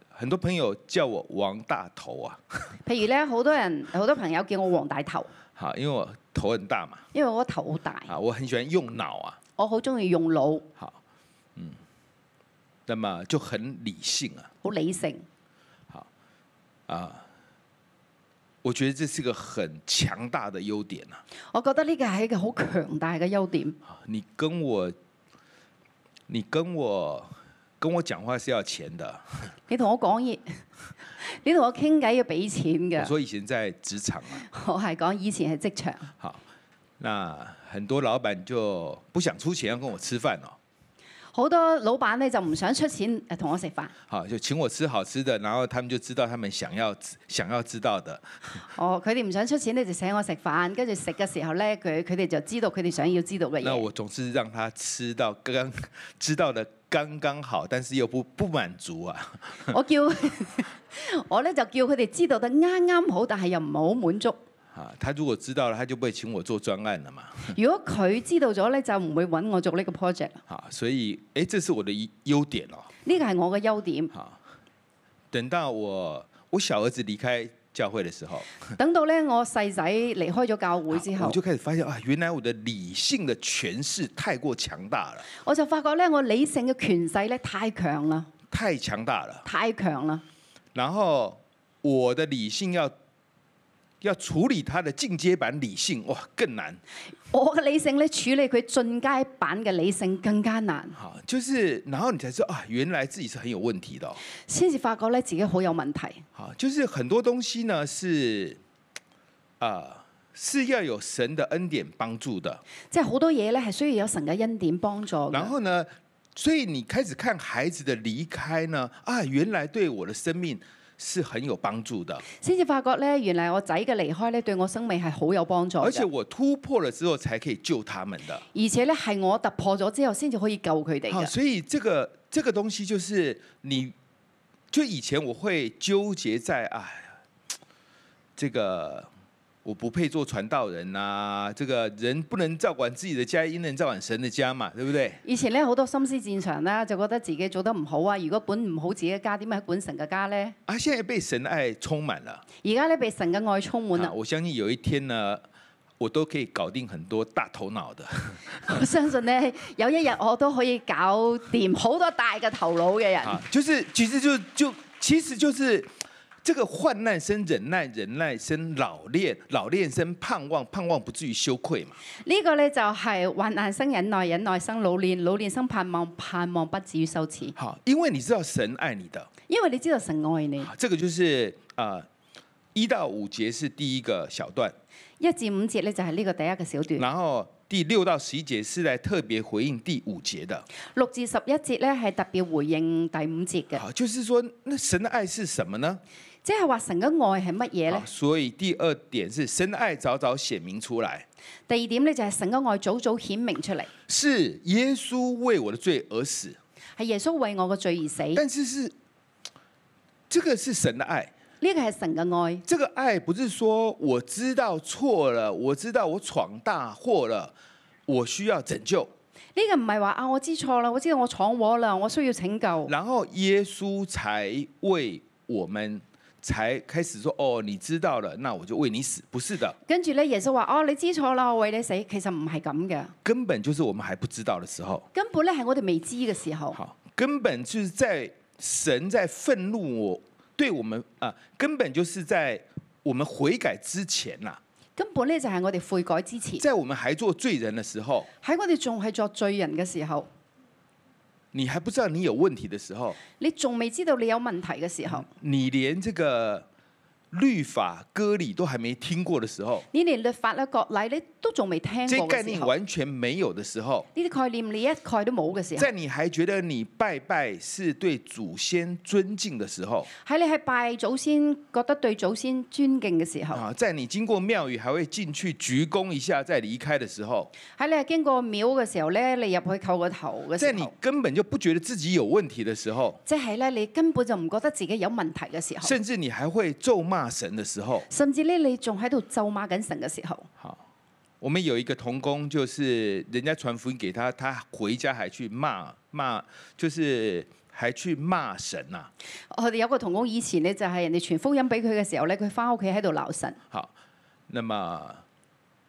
Speaker 2: 很多朋友叫我王大头啊，
Speaker 3: 譬如咧，好多人好多朋友叫我黃大頭，
Speaker 2: 好，因为我头很大嘛，
Speaker 3: 因為我個頭好大，
Speaker 2: 啊，我很喜欢用脑啊，
Speaker 3: 我好中意用腦，
Speaker 2: 好，嗯，那么就很理性啊，
Speaker 3: 好理性。
Speaker 2: 我觉得这是个很强大的优点啊。
Speaker 3: 我覺得呢個係一個好強大嘅優點。
Speaker 2: 啊你跟我，你跟我跟我讲话是要钱的。
Speaker 3: 你同我講嘢， 你同我傾偈要俾錢
Speaker 2: 我
Speaker 3: 嘅。
Speaker 2: 说以前在職场啊，
Speaker 3: 我係講以前係職場，
Speaker 2: 好，那很多老板就不想出钱要跟我吃饭哦，
Speaker 3: 好多老闆咧就唔想出錢誒同我食飯。
Speaker 2: 好就请我吃好吃的，然后他们就知道他们想要想要知道的，
Speaker 3: 哦，佢哋唔想出錢咧就請我食飯，跟住食嘅時候咧，佢佢哋就知道佢哋想要知道嘅
Speaker 2: 那
Speaker 3: 嘢。
Speaker 2: 我总是让他吃到刚刚 知道的刚刚好，但是又不不满足啊，
Speaker 3: 我叫 我咧就叫佢哋知道得啱啱好，但係又唔係好滿足。
Speaker 2: 啊，他如果知道了，他就不会请我做专案了嘛，
Speaker 3: 如果佢知道咗咧，就唔會揾我做呢個 project。
Speaker 2: 好，所以诶，这是我的一优点哦，
Speaker 3: 呢個係我嘅優點。
Speaker 2: 好，等到我我小儿子离开教会的时候，
Speaker 3: 等到咧我細仔離開咗教會之
Speaker 2: 啊
Speaker 3: 後
Speaker 2: 我，就开始发现啊，原来我的理性的诠释太过强大了，
Speaker 3: 我就發覺咧我理性嘅權勢咧太強啦，
Speaker 2: 太强大了。
Speaker 3: 太強啦。
Speaker 2: 然后我的理性要要处理它的进阶版理性，哇，更难。
Speaker 3: 我嘅理性咧處理佢進階版嘅理性更加難，
Speaker 2: 好，就是然后你才知道啊，原来自己是很有问题的哦、
Speaker 3: 先至發覺咧自己好有問題。
Speaker 2: 好，就是很多东西呢是啊、是要有神的恩典帮助的。
Speaker 3: 即係好多嘢咧係需要有神嘅恩典幫助嘅
Speaker 2: 然後呢，所以你开始看孩子的离开呢，啊，原来对我的生命是很有帮助的。
Speaker 3: 先至發覺咧原來我仔嘅離開咧對我生命係好有幫助嘅
Speaker 2: 而且我突破了之后才可以救他们的。
Speaker 3: 而且咧係我突破咗之後先至可以救佢哋
Speaker 2: 好，
Speaker 3: 嘅。
Speaker 2: 所以这个这个东西就是你，就以前我会纠结在哎呀，这个我不配做传道人呐、这个人不能照管自己的家，也能照管神的家嘛，对不对？
Speaker 3: 以前咧好多心思戰場啦，就覺得自己做得唔好啊。如果管唔好自己嘅家，點解管神嘅家呢？
Speaker 2: 啊，现在被神的愛充满了，
Speaker 3: 而家咧被神嘅愛充滿
Speaker 2: 啊，
Speaker 3: 啦，
Speaker 2: 我相信有一天呢，我都可以搞定很多大头脑的。
Speaker 3: 我相信咧有一日我都可以搞掂好多大嘅頭腦嘅人。
Speaker 2: 啊，就是其实就就其实就是这个患难生忍耐，忍耐生老练，老练生盼望，盼望不至于羞愧嘛。
Speaker 3: 呢個咧就係患難生忍耐，忍耐生老練，老練生盼望，盼望不至於羞恥。
Speaker 2: 好，因为你知道神爱你的，
Speaker 3: 因為你知道神愛你。
Speaker 2: 啊这个就是啊一、到五节是第一个小段，
Speaker 3: 一至五節咧就係呢個第一個小段，
Speaker 2: 然后第六到十一节是来特别回应第五节的。
Speaker 3: 六至十一節咧係特別回應第五節嘅，
Speaker 2: 好，就是说那神的愛是什么呢？
Speaker 3: 即係話神嘅愛係乜嘢呢
Speaker 2: 好，？所以第二点是神的爱早早显明出來，
Speaker 3: 第二點咧就係神嘅愛早早顯明出嚟，
Speaker 2: 是耶稣为我的罪而死。
Speaker 3: 係耶穌為我嘅罪而死。呢
Speaker 2: 但是是这个是神的爱，
Speaker 3: 個係神嘅愛，
Speaker 2: 这个爱不是说我知道错了，我知道我闯大祸了，我需要拯救，
Speaker 3: 呢、個唔係話啊我知錯啦，我知道我闖禍啦，我需要拯救。
Speaker 2: 然后耶穌才为我们才开始说哦，你知道了，那我就为你死。不是的，
Speaker 3: 跟住咧，耶穌話：哦，你知錯啦，我為你死。其實唔係咁嘅，
Speaker 2: 根本就是我们还不知道的时候，
Speaker 3: 根本咧係我哋未知嘅時候，
Speaker 2: 好，根本就是在神在愤怒我对我们啊、根本就是在我们悔改之前啊呐、
Speaker 3: 根本咧就係我哋悔改之前，
Speaker 2: 在我们还做罪人的时候。
Speaker 3: 喺我哋仲係作罪人嘅時候，
Speaker 2: 你还不知道你有问题的时候，嗯
Speaker 3: 你仲未知道你有問題嘅時候，
Speaker 2: 你连这个律法、割礼都还没听过的时候，
Speaker 3: 你連律法咧、割禮你都仲未聽
Speaker 2: 这些
Speaker 3: 過
Speaker 2: 概
Speaker 3: 嘅時
Speaker 2: 念
Speaker 3: 候，
Speaker 2: 完全没有的时候，
Speaker 3: 呢啲概念你一概都冇嘅時候，
Speaker 2: 在你还觉得你拜拜是对祖先尊敬的时候，
Speaker 3: 喺你係拜祖先覺得對祖先尊敬嘅時候，
Speaker 2: 啊，在你经过庙宇还会进去鞠躬一下再离开的时候，
Speaker 3: 喺你係經過廟嘅時候咧，你入去叩個頭嘅
Speaker 2: 在
Speaker 3: 時
Speaker 2: 你
Speaker 3: 候，
Speaker 2: 根本就不觉得自己有问题的时候，
Speaker 3: 即係咧你根本就唔覺得自己有問題嘅時候，
Speaker 2: 甚至你还会咒骂神的时候，
Speaker 3: 甚至咧你仲喺度咒罵緊神嘅時候。
Speaker 2: 好，我们有一个童工，就是人家传福音给他，他回家还去骂骂，就是还去骂神啊呐、
Speaker 3: 我哋有個同工以前呢，就係人哋傳福音俾佢嘅時候咧，佢翻屋企喺度鬧神，
Speaker 2: 好，那么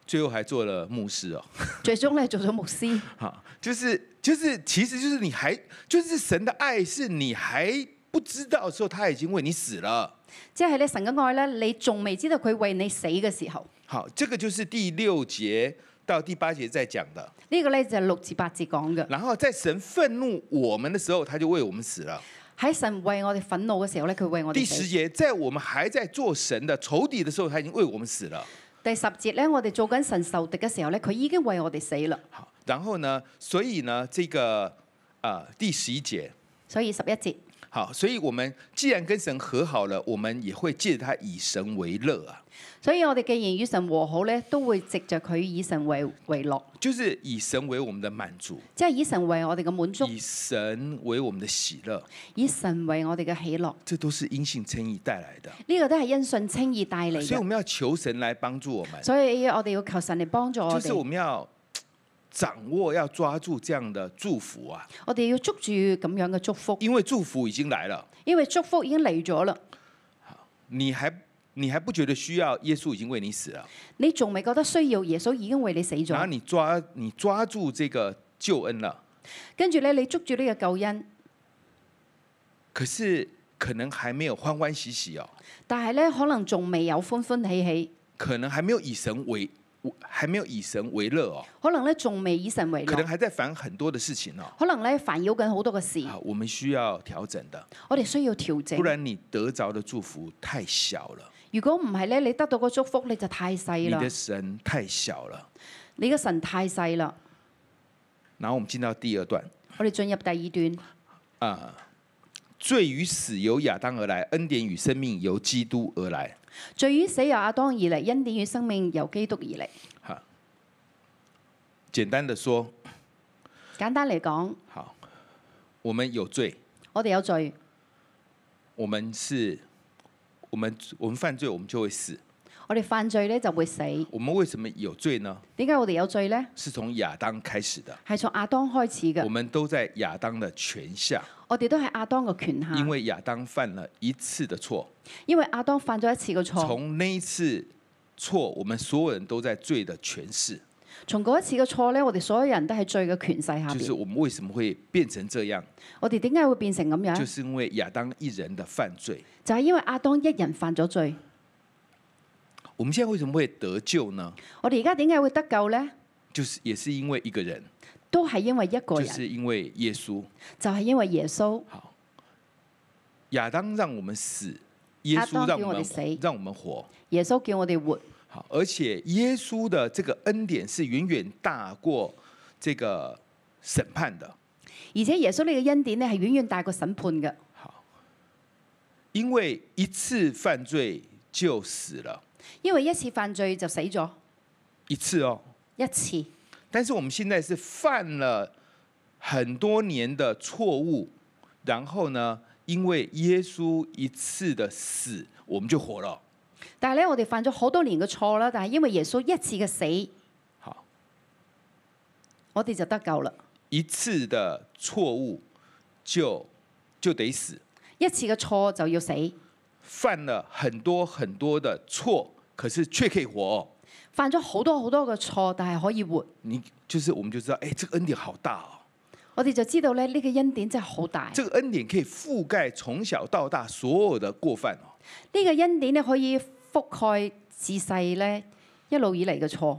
Speaker 2: 最后还做了牧师哦。
Speaker 3: 最終咧做咗牧師。
Speaker 2: 好，就是就是，其实就是你还就是神的爱是你还不知道的时候，他已经为你死了。
Speaker 3: 即係咧神嘅愛咧，你仲未知道佢為你死嘅時候，
Speaker 2: 好，这个就是第六节到第八节在讲的。
Speaker 3: 呢、個咧就係六至八節講嘅。
Speaker 2: 然后在神愤怒我们的时候，他就为我们死了。
Speaker 3: 喺神為我哋憤怒嘅時候咧，佢為我
Speaker 2: 第
Speaker 3: 哋
Speaker 2: 十
Speaker 3: 死。
Speaker 2: 节，在我们还在做神的仇敌的时候，他已经为我们死了。
Speaker 3: 第十節咧，我哋做緊神受敵嘅時候咧，佢已經為我哋死啦。
Speaker 2: 好，然后呢，所以呢，这个呃第十一节，
Speaker 3: 所以十一節，
Speaker 2: 好，所以我们既然跟神和好了，我们也会借着他以神为乐啊。
Speaker 3: 所以我哋既然與神和好咧，都會藉着佢以神為為樂，
Speaker 2: 就是以神为我們的满足，
Speaker 3: 即係以神為我哋嘅滿足，
Speaker 2: 以神為我們的喜樂，
Speaker 3: 以神為我哋嘅喜樂。
Speaker 2: 這都是因信稱義帶來的。
Speaker 3: 呢、個都係因信稱義帶嚟
Speaker 2: 所以我
Speaker 3: 嘅。
Speaker 2: 們要求神來幫助我們，
Speaker 3: 所以我哋要求神嚟幫助
Speaker 2: 就
Speaker 3: 我
Speaker 2: 是我
Speaker 3: 哋，
Speaker 2: 們要掌握、要抓住這樣的祝福啊，
Speaker 3: 我哋要捉住咁樣嘅祝福，
Speaker 2: 因為祝福已經來了，
Speaker 3: 因為祝福已經嚟咗啦。
Speaker 2: 你還你還不覺得需要，耶穌已經為你死了，
Speaker 3: 你仲未覺得需要耶穌已經為你死
Speaker 2: 然後
Speaker 3: 咗，
Speaker 2: 你抓你抓住這個救恩了，
Speaker 3: 跟住咧你捉住呢個救恩，
Speaker 2: 可是可能還沒有歡歡喜喜哦，
Speaker 3: 但係咧可能仲未有歡歡喜喜，
Speaker 2: 可能還沒有以神為還沒有以神為樂哦，
Speaker 3: 可能咧仲未以神為
Speaker 2: 可能
Speaker 3: 樂，
Speaker 2: 還在煩很多的事情哦。
Speaker 3: 可能咧煩擾緊好多嘅事，
Speaker 2: 啊，我们需要调整的，
Speaker 3: 我哋需要調整
Speaker 2: 不。然你得着的祝福太小了，
Speaker 3: 如果唔係咧，你得到個祝福你就太
Speaker 2: 你
Speaker 3: 細啦
Speaker 2: 的，神太小了。
Speaker 3: 你嘅神太細啦。
Speaker 2: 然后我们进到第二段
Speaker 3: 我哋進入第二段，
Speaker 2: 啊、罪与死由亚当而来，恩典与生命由基督而来。
Speaker 3: 罪與死由亞當而嚟，恩典與生命由基督而嚟。
Speaker 2: 哈、简单的说，
Speaker 3: 簡單嚟講，
Speaker 2: 好，我们有罪，
Speaker 3: 我哋有罪，
Speaker 2: 我们是，我们我们犯罪，我们就会死。
Speaker 3: 我哋犯罪咧就會死。
Speaker 2: 我们为什么有罪呢？
Speaker 3: 點解我哋有罪呢？
Speaker 2: 是从亚当开始的，
Speaker 3: 係從亞當開始
Speaker 2: 我
Speaker 3: 嘅，
Speaker 2: 们都在亚当的权下，
Speaker 3: 我哋都係亞當嘅權下。
Speaker 2: 因为亚当犯了一次的错。
Speaker 3: 因為亞當犯咗一次嘅錯，
Speaker 2: 从那一次错，我们所有人都在罪的诠释，
Speaker 3: 從嗰一次嘅錯呢，我哋所有人都喺罪嘅權勢下
Speaker 2: 就是
Speaker 3: 邊。
Speaker 2: 我们為什么會變成這樣，
Speaker 3: 我哋點解會變成咁
Speaker 2: 就
Speaker 3: 樣？
Speaker 2: 是因為亞當一人的犯罪。
Speaker 3: 就係因為亞當一人犯咗罪。
Speaker 2: 我們現在為什麼會得救呢？
Speaker 3: 我哋而家點解會得救呢？
Speaker 2: 就是也是因為一個人，
Speaker 3: 都係因為一個
Speaker 2: 就
Speaker 3: 人，
Speaker 2: 是因為耶穌。
Speaker 3: 就係因為耶穌。
Speaker 2: 好，亞當讓我們死，耶穌
Speaker 3: 亞當
Speaker 2: 讓
Speaker 3: 叫
Speaker 2: 我
Speaker 3: 我
Speaker 2: 們
Speaker 3: 哋死
Speaker 2: 讓我們活。
Speaker 3: 耶穌叫我哋活，
Speaker 2: 好，而且耶穌的這個恩典是遠遠大過這個審判的。
Speaker 3: 而且耶穌呢個恩典呢係遠遠大過審判嘅，
Speaker 2: 好，因為一次犯罪就死了
Speaker 3: 因為一次犯罪就死咗
Speaker 2: 一次哦，
Speaker 3: 一次。
Speaker 2: 但是我們現在是犯了很多年的錯誤，然後呢，因為耶穌一次的死，我們就活了。
Speaker 3: 但係咧，我哋犯咗好多年嘅錯啦，但係因為耶穌一次嘅死，
Speaker 2: 好，
Speaker 3: 我哋就得救啦。
Speaker 2: 一次的錯誤就就得死，
Speaker 3: 一次嘅錯就要死，
Speaker 2: 犯了很多很多的錯，可是卻可以活哦。
Speaker 3: 犯咗好多好多嘅錯，但係可以活。
Speaker 2: 你就是我們就知道，哎、這個恩典好大哦。
Speaker 3: 我哋就知道咧，呢、個恩典真係好大。呢、
Speaker 2: 这个恩典可以覆盖从小到大所有的过犯哦。
Speaker 3: 個恩典咧可以覆蓋自細咧一路以嚟嘅錯，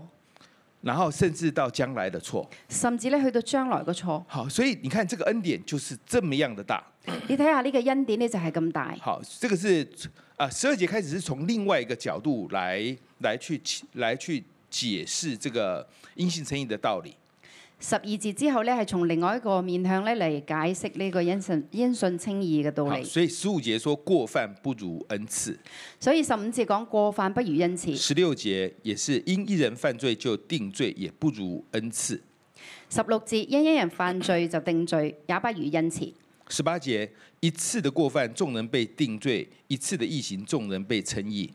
Speaker 2: 然后甚至到将来的错，
Speaker 3: 甚至咧去到將來嘅錯。
Speaker 2: 好，所以你看这个恩典就是这么样的大，
Speaker 3: 你睇下呢個恩典咧就係咁大。
Speaker 2: 好，这个是啊、啊，十二节开始是从另外一个角度来来去来去解释这个因信称义的道理。
Speaker 3: 十二節之後咧，係從另外一個面向咧嚟解釋呢個因信因信稱義嘅道
Speaker 2: 好，
Speaker 3: 理。
Speaker 2: 所以十五节说过犯不如恩赐，
Speaker 3: 所以十五節講過犯不如恩慈，
Speaker 2: 十六节也是因一人犯罪就定罪，也不如恩赐。
Speaker 3: 十六節因一人犯罪就定罪，也不如恩慈。
Speaker 2: 十八节一次的过犯，众人被定罪；一次的异行，众人被称义。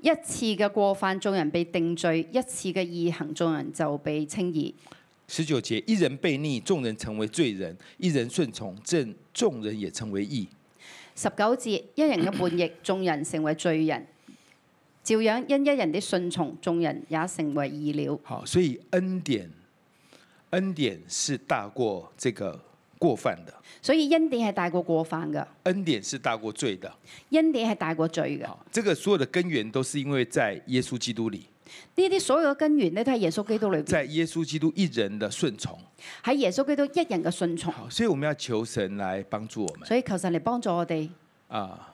Speaker 3: 一次嘅過犯，眾人被定罪；一次嘅義行，眾人就被稱義。
Speaker 2: 十九节，一人悖逆，众人成为罪人；一人顺从，正众人也成为义。
Speaker 3: 十九節一人嘅叛逆， 眾人成為罪人；照樣因一人的順從，眾人也成為義了。
Speaker 2: 好，所以恩典，恩典是大过这个过犯的，
Speaker 3: 所以恩典係大過過犯㗎，
Speaker 2: 恩典是大过罪的。
Speaker 3: 恩典係大過罪㗎。
Speaker 2: 好，这个所有的根源都是因为在耶稣基督里，
Speaker 3: 呢啲所有嘅根源咧，都喺耶穌基督裏邊，
Speaker 2: 在耶稣基督一人的顺从。
Speaker 3: 喺耶穌基督一人嘅順從。
Speaker 2: 好，所以我们要求神来帮助我们
Speaker 3: 所以求神嚟幫助我哋。
Speaker 2: 啊。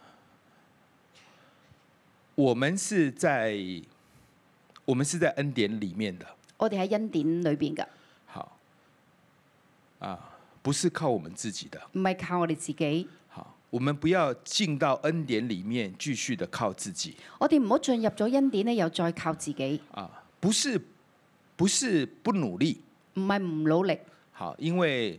Speaker 2: 我们是在我们是在恩典里面的，
Speaker 3: 我哋喺恩典裏邊㗎，
Speaker 2: 好啊，不是靠我们自己的。
Speaker 3: 唔係靠我哋自己。
Speaker 2: 好，我们不要进到恩典里面继续的靠自己
Speaker 3: 我哋唔好進入咗恩典咧，又再靠自己，
Speaker 2: 啊，不是不是不努力，
Speaker 3: 唔係唔努力，
Speaker 2: 好，因为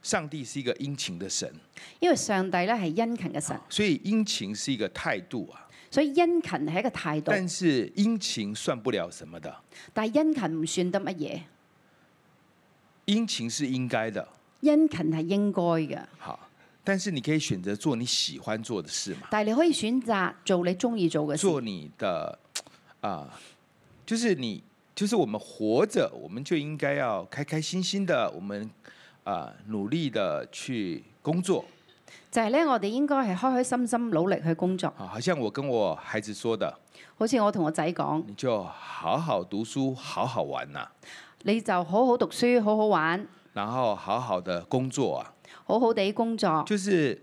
Speaker 2: 上帝是一个殷勤的神，
Speaker 3: 因為上帝咧係殷勤嘅神，
Speaker 2: 所以殷勤是一个态度啊。
Speaker 3: 所以殷勤係一個態度。
Speaker 2: 但是殷勤算不了什么的，
Speaker 3: 但係殷勤唔算得乜嘢，
Speaker 2: 殷勤是应该的，
Speaker 3: 殷勤係應該嘅。
Speaker 2: 好，但是你可以选择做你喜欢做的事嘛，
Speaker 3: 但係你可以選擇做你中意做嘅事，
Speaker 2: 做你的啊、就是你，就是我们活着，我们就应该要开开心心的，我们啊、努力的去工作
Speaker 3: 就係咧我哋應該係開開心心努力去工作。
Speaker 2: 啊，好像我跟我孩子说的，
Speaker 3: 好似我同我仔講，
Speaker 2: 你就好好读书，好好玩呐、
Speaker 3: 你就好好讀書，好好玩，
Speaker 2: 然后好好的工作啊，
Speaker 3: 好好地工作。
Speaker 2: 就是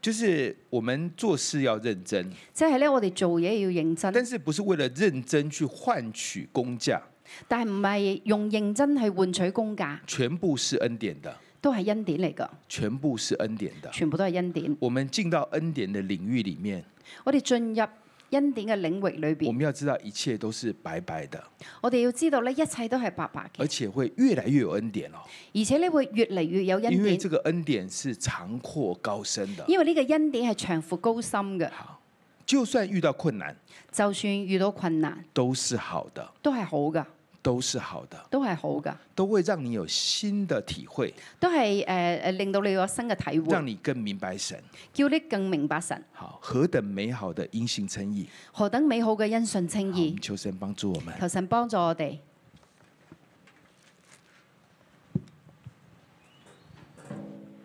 Speaker 2: 就是我们做事要认真，
Speaker 3: 即係咧，我哋做嘢要認真，
Speaker 2: 但是不是为了认真去换取工价，
Speaker 3: 但係唔係用認真去換取工價，
Speaker 2: 全部是恩典的，
Speaker 3: 都係恩典嚟㗎，
Speaker 2: 全部是恩典的。
Speaker 3: 全部都係恩典。
Speaker 2: 我们进到恩典的领域里面，
Speaker 3: 我哋進入恩典嘅領域裏
Speaker 2: 我
Speaker 3: 邊，
Speaker 2: 们要知道一切都是白白的，
Speaker 3: 我哋要知道咧，一切都係白白
Speaker 2: 而
Speaker 3: 嘅，
Speaker 2: 且会越来越有恩典哦，
Speaker 3: 而且咧會越嚟越有恩
Speaker 2: 因为
Speaker 3: 典
Speaker 2: 这，个恩典是长阔高深的。
Speaker 3: 因為呢個恩典係長闊高深嘅，
Speaker 2: 好，就算遇到困难，
Speaker 3: 就算遇到困難
Speaker 2: 都是好的，
Speaker 3: 都係好㗎，
Speaker 2: 都是好的，
Speaker 3: 都係好㗎，
Speaker 2: 都会让你有新的体会，
Speaker 3: 都係誒誒令到你有新嘅體會
Speaker 2: 让，你更明白神。
Speaker 3: 叫你更明白神
Speaker 2: 好，何等美好的因信称义！
Speaker 3: 何等美好嘅恩信稱
Speaker 2: 好我们
Speaker 3: 義。
Speaker 2: 求神帮助我们。
Speaker 3: 求神幫助我哋。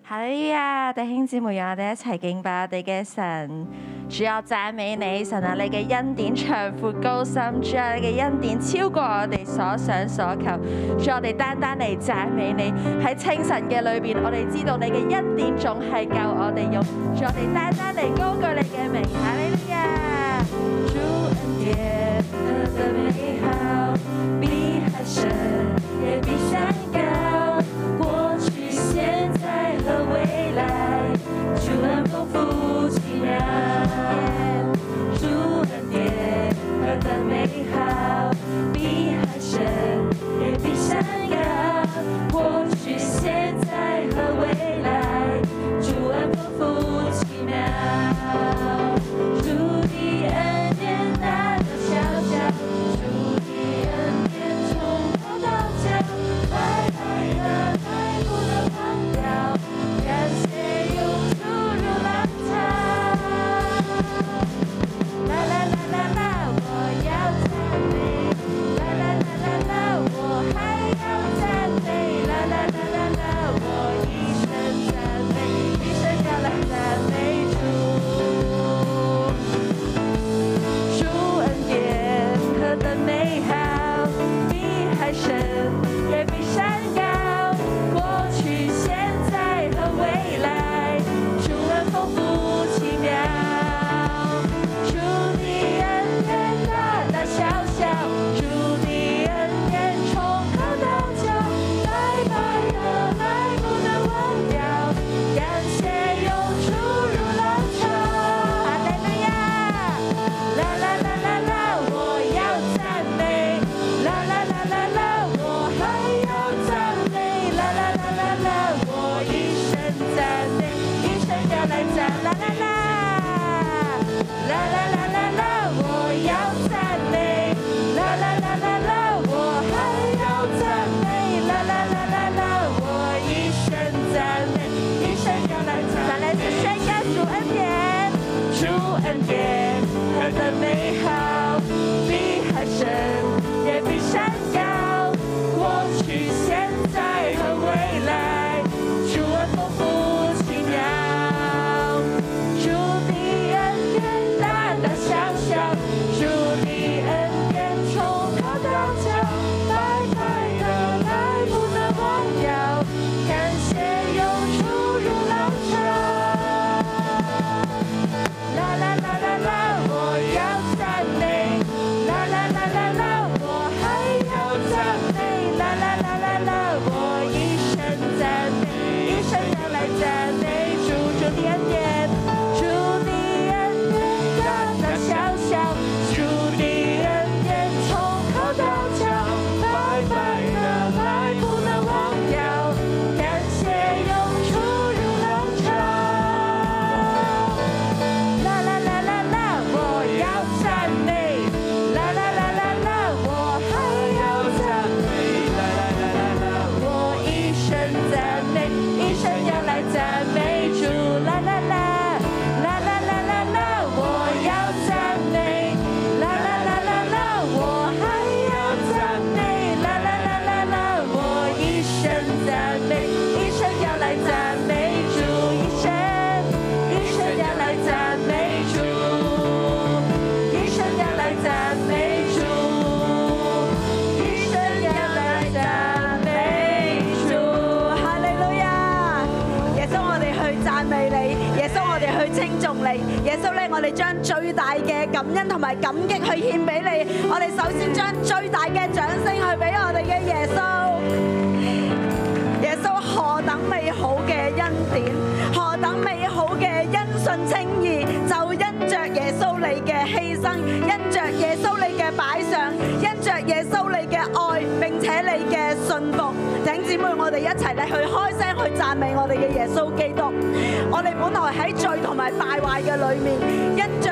Speaker 4: 哈利路亞，弟兄姊妹，讓我哋一齊敬拜我哋嘅神。主啊，讚美你，神啊，你嘅恩典長闊高深，主啊，你嘅恩典超過我哋所想所求。主啊，我哋單單嚟讚美你。喺清晨嘅裏邊，我哋知道你嘅恩典仲係夠我哋用。主啊，我哋單單嚟高舉你嘅名，哈利路亞。主恩典何等美好，比海深也比山高。过去、现在和未来，主恩丰富奇妙，主恩典何等美好，比海深也比山高。过去、现在和未来，主恩丰富奇妙，主的恩典大大小小，主的恩典从头到尾。
Speaker 5: 耶穌咧，我哋將最大嘅感恩同埋感激去獻俾你。我哋首先將最大嘅掌聲去俾我哋嘅耶穌。耶穌何等美好嘅恩典，何等美好嘅因信稱義，就因着耶穌你嘅犧牲，因着耶穌你嘅擺上，因着耶穌你嘅愛，並且你嘅信服。弟兄姊妹，我哋一齊嚟去開聲去讚美我哋嘅耶穌基督。我哋本來喺罪同埋敗壞嘅裏面，因着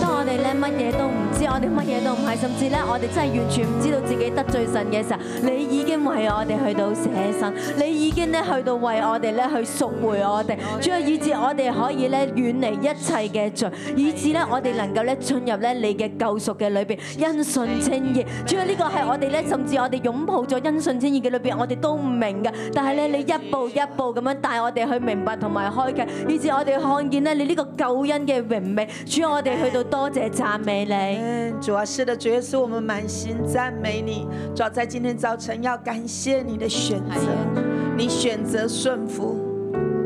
Speaker 6: 當我哋咧乜嘢都唔知，我哋乜嘢都唔係，甚至咧我哋真係完全唔知道自己得罪神嘅時候，你已經為我哋去到捨身，你已經咧去到為我哋咧去贖回我哋，主要以致我哋可以咧遠離一切嘅罪，以致咧我哋能夠咧進入咧你嘅救贖嘅裏邊，因信稱義。主啊要呢個係我哋咧，甚至我哋擁抱咗因信稱義嘅裏邊，我哋都唔明嘅，但係咧你一步一步咁樣帶我哋去明白同埋開啟，以致我哋看見咧你呢個救恩嘅榮美。主啊要我哋去到多謝讚美你。
Speaker 7: 嗯，主啊，是的，主耶稣，我们满心赞美你。主啊，在今天早晨要感谢你的选择，你选择顺服，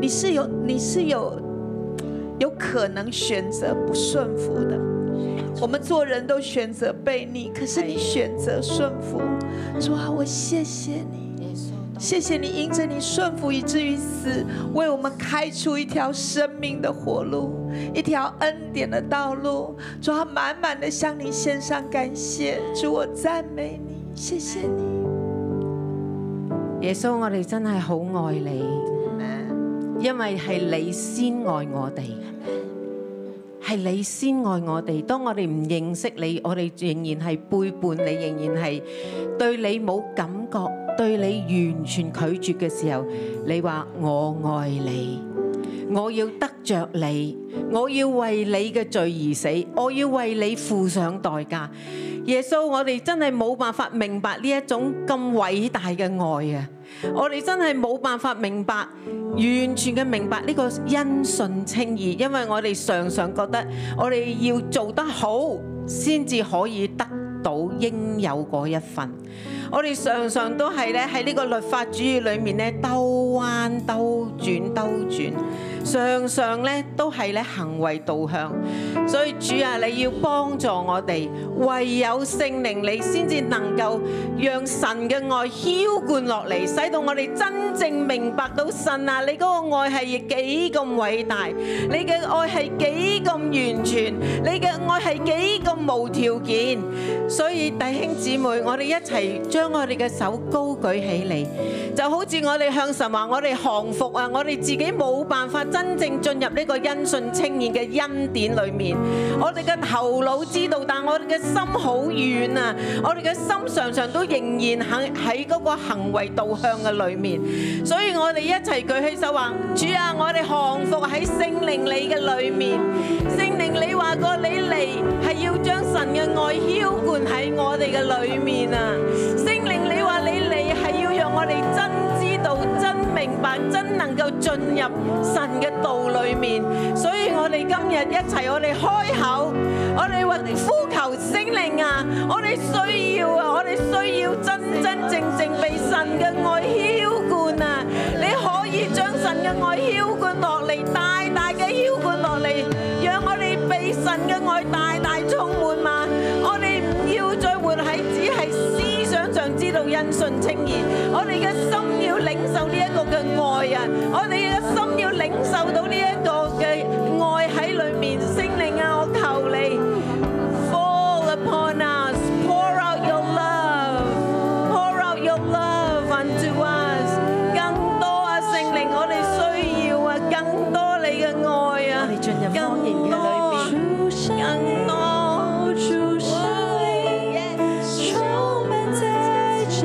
Speaker 7: 你是有你是有有可能选择不顺服的。我们做人都选择悖逆，可是你选择顺服。主啊，我谢谢你。谢谢你因着你顺服以至于死，为我们开出一条生命的活路，一条恩典的道路。主啊，满满的向你献上感谢，主我赞美你，谢谢你。
Speaker 8: 耶穌，我哋真係好愛你，因為係你先愛我哋，係你先愛我哋。當我哋唔認識你，我哋仍然係背叛你，仍然係對你冇感覺，對你完全拒絕嘅時候，你話我愛你。我要得着你，我要為你嘅罪而死，我要為你付上代價。耶穌，我哋真係冇辦法明白呢一種咁偉大嘅愛啊！我哋真係冇辦法明白，完全嘅明白呢個因信稱義，因為我哋常常覺得我哋要做得好先至可以得到應有嗰一份。我哋常常都係咧喺呢個律法主義裏面咧兜彎兜轉兜轉，常常咧都係咧行為導向。所以主啊，你要幫助我哋，唯有聖靈你先至能夠讓神嘅愛澆灌落嚟，使到我哋真正明白到神啊，你嗰個愛係幾咁偉大，你嘅愛係幾咁完全，你嘅愛係幾咁無條件。所以弟兄姊妹，我哋一齊將我哋嘅手高舉起嚟，就好似我哋向神話，我哋降服啊！我哋自己冇辦法真正進入呢個因信稱義嘅恩典裏面。我哋嘅頭腦知道，但我哋嘅心好遠啊！我哋嘅心常常都仍然喺喺嗰個行為導向嘅裏面。所以我哋一齊舉起手話：主啊，我哋降服喺聖靈你嘅裏面。聖靈你話過你嚟係要將神嘅愛澆灌喺我哋嘅裏面啊！聖靈你話你嚟係要讓我哋真知道、真明白、真能夠進入神嘅道裏面。所以我哋今日一齊，我哋開口，我哋話呼求聖靈啊！我哋需要啊！我哋需要真真正正被神嘅愛澆灌啊！你可以將神嘅愛澆灌落嚟，大大嘅澆灌落嚟，讓我哋被神嘅愛大大充滿嘛！我哋唔要再活喺只係思想上知道因信稱義，我哋嘅心要領受呢一個嘅愛啊！我哋嘅心要領受到呢一個嘅愛喺裏面，聖靈啊，我求你。fall upon us. Pour out your love. Pour out your love unto us. 更多啊，聖靈，我哋需要啊，更多你嘅愛啊，更多啊，更多。
Speaker 6: 在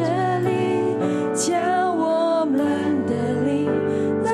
Speaker 6: 这里，叫我们的灵能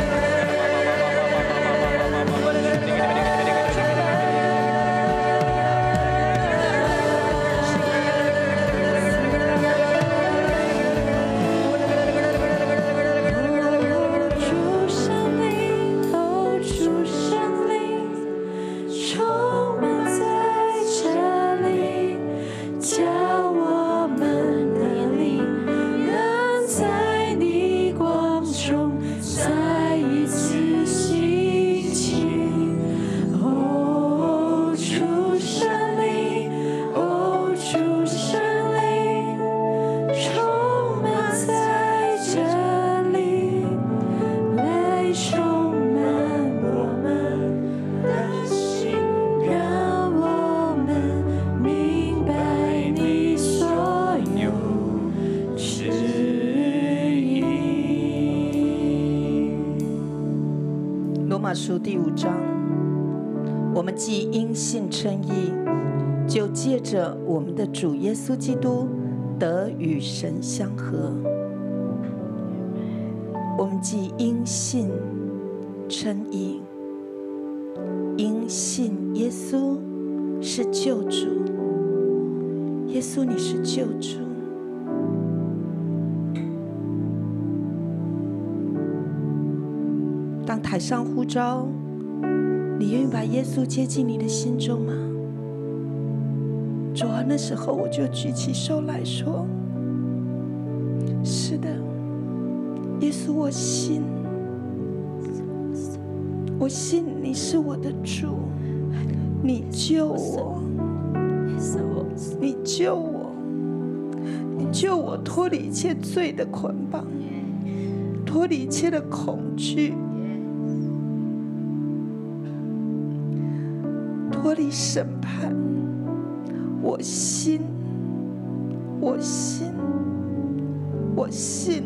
Speaker 7: Oh, Oh,
Speaker 4: 哦
Speaker 7: 马书第五章，我们既因信称义，就借着我们的主耶稣基督得与神相合。我们既因信称义，因信耶稣是救主，耶稣你是救主。当台上呼召，你愿意把耶稣接进你的心中吗？主啊，那时候我就举起手来说：“是的，耶稣，我信，我信你是我的主，你救我，你救我，你救我脱离一切罪的捆绑，脱离一切的恐惧。”脱离审判。我信，我信，我信。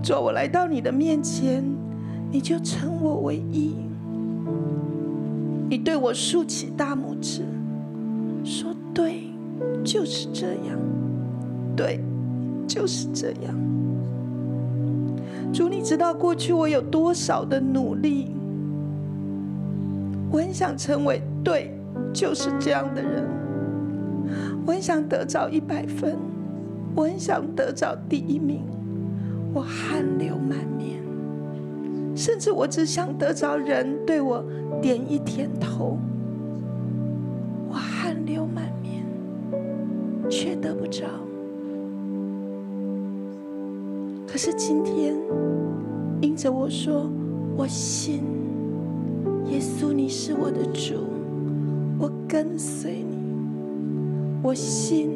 Speaker 7: 主啊，我来到你的面前，你就称我为义。你对我竖起大拇指，说：“对，就是这样，对，就是这样。”主，你知道过去我有多少的努力，我很想成为对，就是这样的人。我很想得着一百分，我很想得着第一名，我汗流满面，甚至我只想得着人对我点一点头，我汗流满面，却得不着。可是今天，因着我说我信，耶稣你是我的主，我跟随你，我信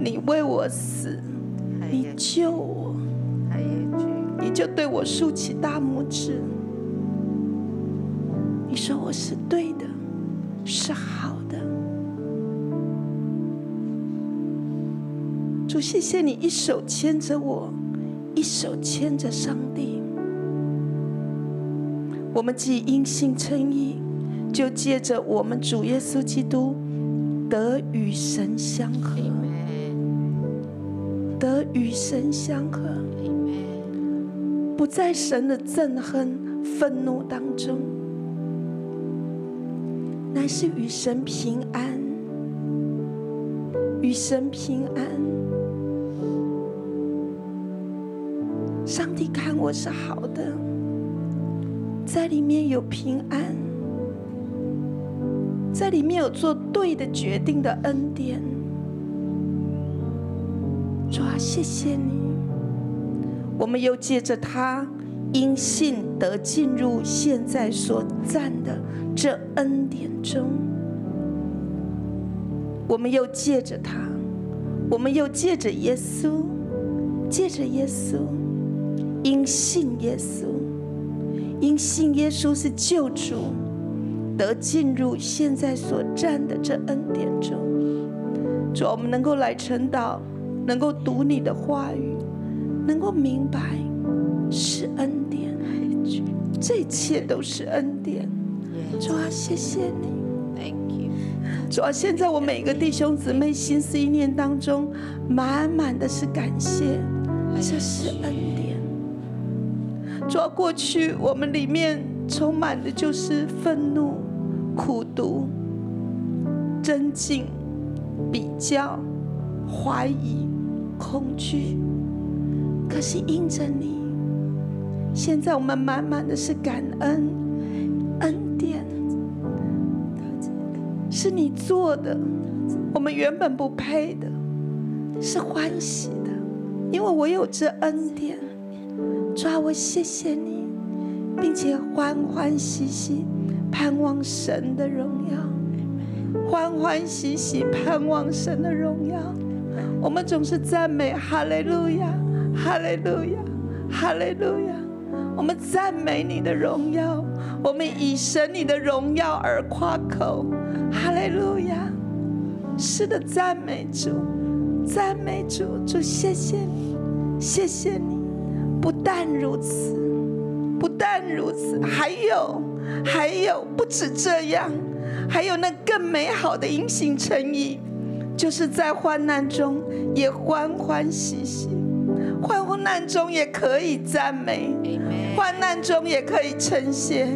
Speaker 7: 你为我死，你救我，你就对我竖起大拇指，你说我是对的，是好的。主，谢谢你一手牵着我，一手牵着上帝。我们既因信称义，就借着我们主耶稣基督得与神相合，得与神相合，不在神的憎恨、愤怒当中，乃是与神平安，与神平安。上帝看我是好的，在里面有平安，在里面有做对的决定的恩典。主啊，谢谢你，我们又借着他因信得进入现在所站的这恩典中，我们又借着他，我们又借着耶稣，借着耶稣。因信耶稣，因信耶稣是救主，得进入现在所站的这恩典中。主啊，我们能够来晨祷，能够读你的话语，能够明白是恩典，这一切都是恩典。主啊，谢谢你。主啊，现在我每个弟兄姊妹心思意念当中，满满的是感谢，这是恩典。主啊，过去我们里面充满的就是愤怒、苦毒、争竞、比较、怀疑、恐惧。可是因着你，现在我们满满的是感恩、恩典，是你做的，我们原本不配的，是欢喜的，因为我有这恩典。主啊，我谢谢你，并且欢欢喜喜盼望神的荣耀，欢欢喜喜盼望神的荣耀。我们总是赞美哈利路亚，哈利路亚，哈利路亚。我们赞美你的荣耀，我们以神你的荣耀而夸口，哈利路亚。是的，赞美主，赞美主，主谢谢你，谢谢你。不但如此，不但如此，还有，还有，不止这样，还有那更美好的因信称义，就是在患难中也欢欢喜喜，患难中也可以赞美，患难中也可以称谢，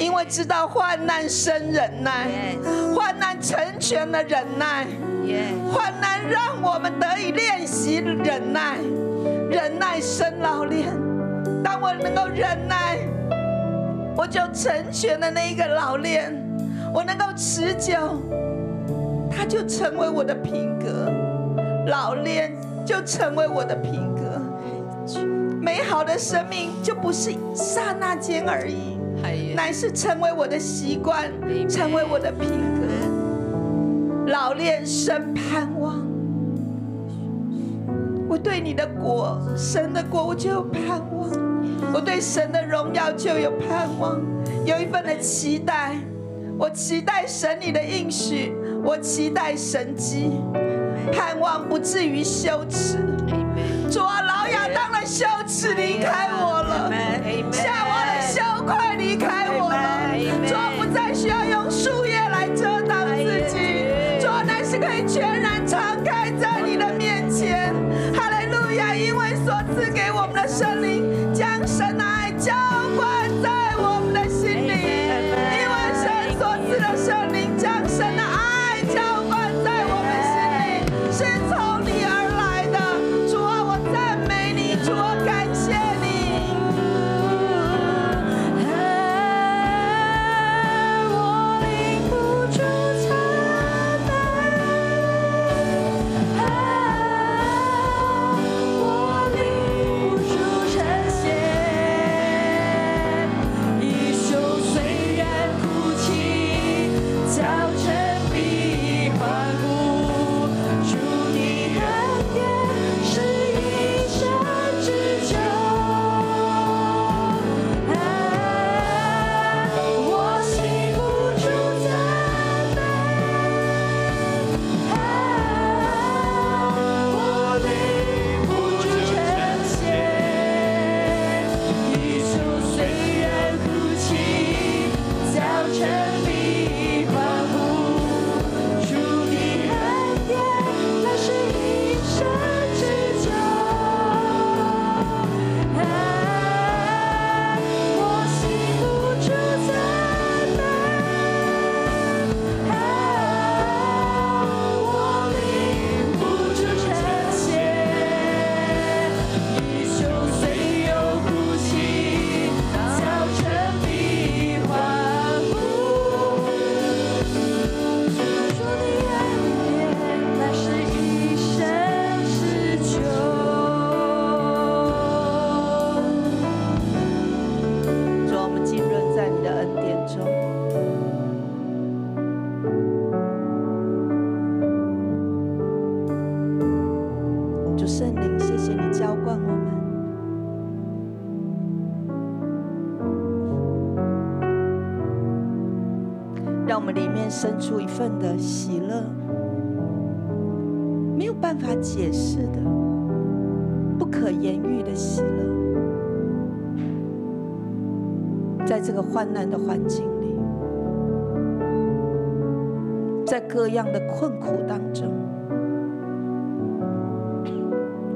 Speaker 7: 因为知道患难生忍耐，患难成全了忍耐。患难让我们得以练习忍耐，忍耐生老练。当我能够忍耐，我就成全了那一个老练，我能够持久，它就成为我的品格，老练就成为我的品格。美好的生命就不是刹那间而已，乃是成为我的习惯，成为我的品格。老练生盼望。我对你的果，神的果，我就有盼望；我对神的荣耀就有盼望，有一份的期待。我期待神你的应许，我期待神迹，盼望不至于羞耻。主啊，老亚当的羞耻离开我了，夏娃的羞愧离开我了。主啊，不再需要用树叶来遮挡自己，主啊，乃是可以全然敞开在你的面前。哈利路亚！因为所赐给我们的圣灵，将神的爱浇灌在我们的心里。因为神所赐的圣灵，将神的爱浇灌在我们心里，是从你而来的。主啊，我赞美你，主啊，感谢你。
Speaker 4: 爱我领不住赞美，爱我领不住称谢。衣袖虽然哭泣，早晨必欢呼。主你恩典是一生之久。爱我心不住赞美，爱我领不住称谢。衣袖虽然哭泣，早晨必欢呼。主你恩典乃是一生之久。爱我心不住赞美，爱我领不住称谢。衣袖虽有哭泣，早晨必欢呼。主你恩典乃是一生之久。
Speaker 7: 主啊，我们浸润在你的恩典中。主圣灵，谢谢你浇灌我们。让我们里面生出一份的喜乐，没有办法解释的、不可言喻的喜乐。在这个患难的环境里，在各样的困苦当中，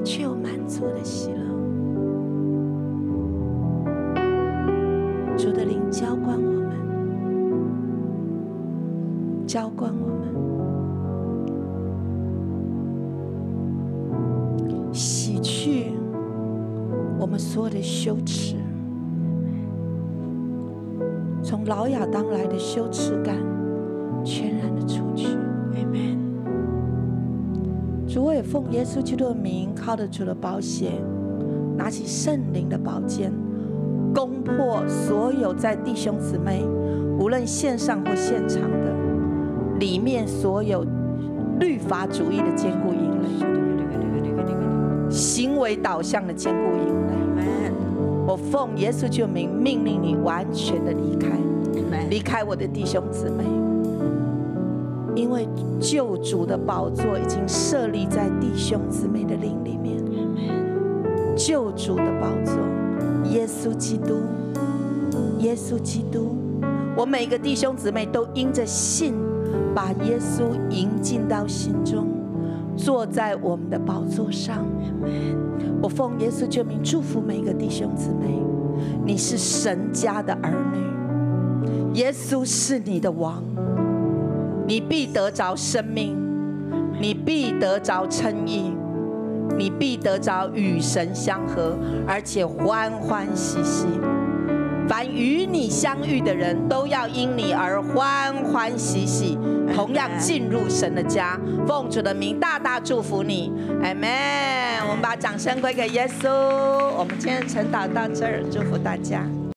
Speaker 7: 却有满足的喜乐。主的灵浇灌我们，浇灌我们，洗去我们所有的羞耻。从老亚当来的羞耻感全然的除去。Amen。主，我也奉耶稣基督的名，靠着主的宝血，拿起圣灵的宝剑，攻破所有在弟兄姊妹，无论线上或现场的，里面所有律法主义的坚固营垒，行为导向的坚固营垒。我奉耶稣救名命令你完全的离开，离开我的弟兄姊妹，因为救主的宝座已经设立在弟兄姊妹的灵里面。救主的宝座，耶稣基督，耶稣基督。我每个弟兄姊妹都因着信，把耶稣迎进到心中，坐在我们的宝座上。我奉耶稣救名祝福每一个弟兄姊妹，你是神家的儿女，耶稣是你的王，你必得着生命，你必得着称义。你必得着与神相合，而且欢欢喜喜。凡与你相遇的人都要因你而欢欢喜喜，同样进入神的家。奉主的名大大祝福你，Amen。我们把掌声归给耶稣。我们今天晨祷到这儿，祝福大家。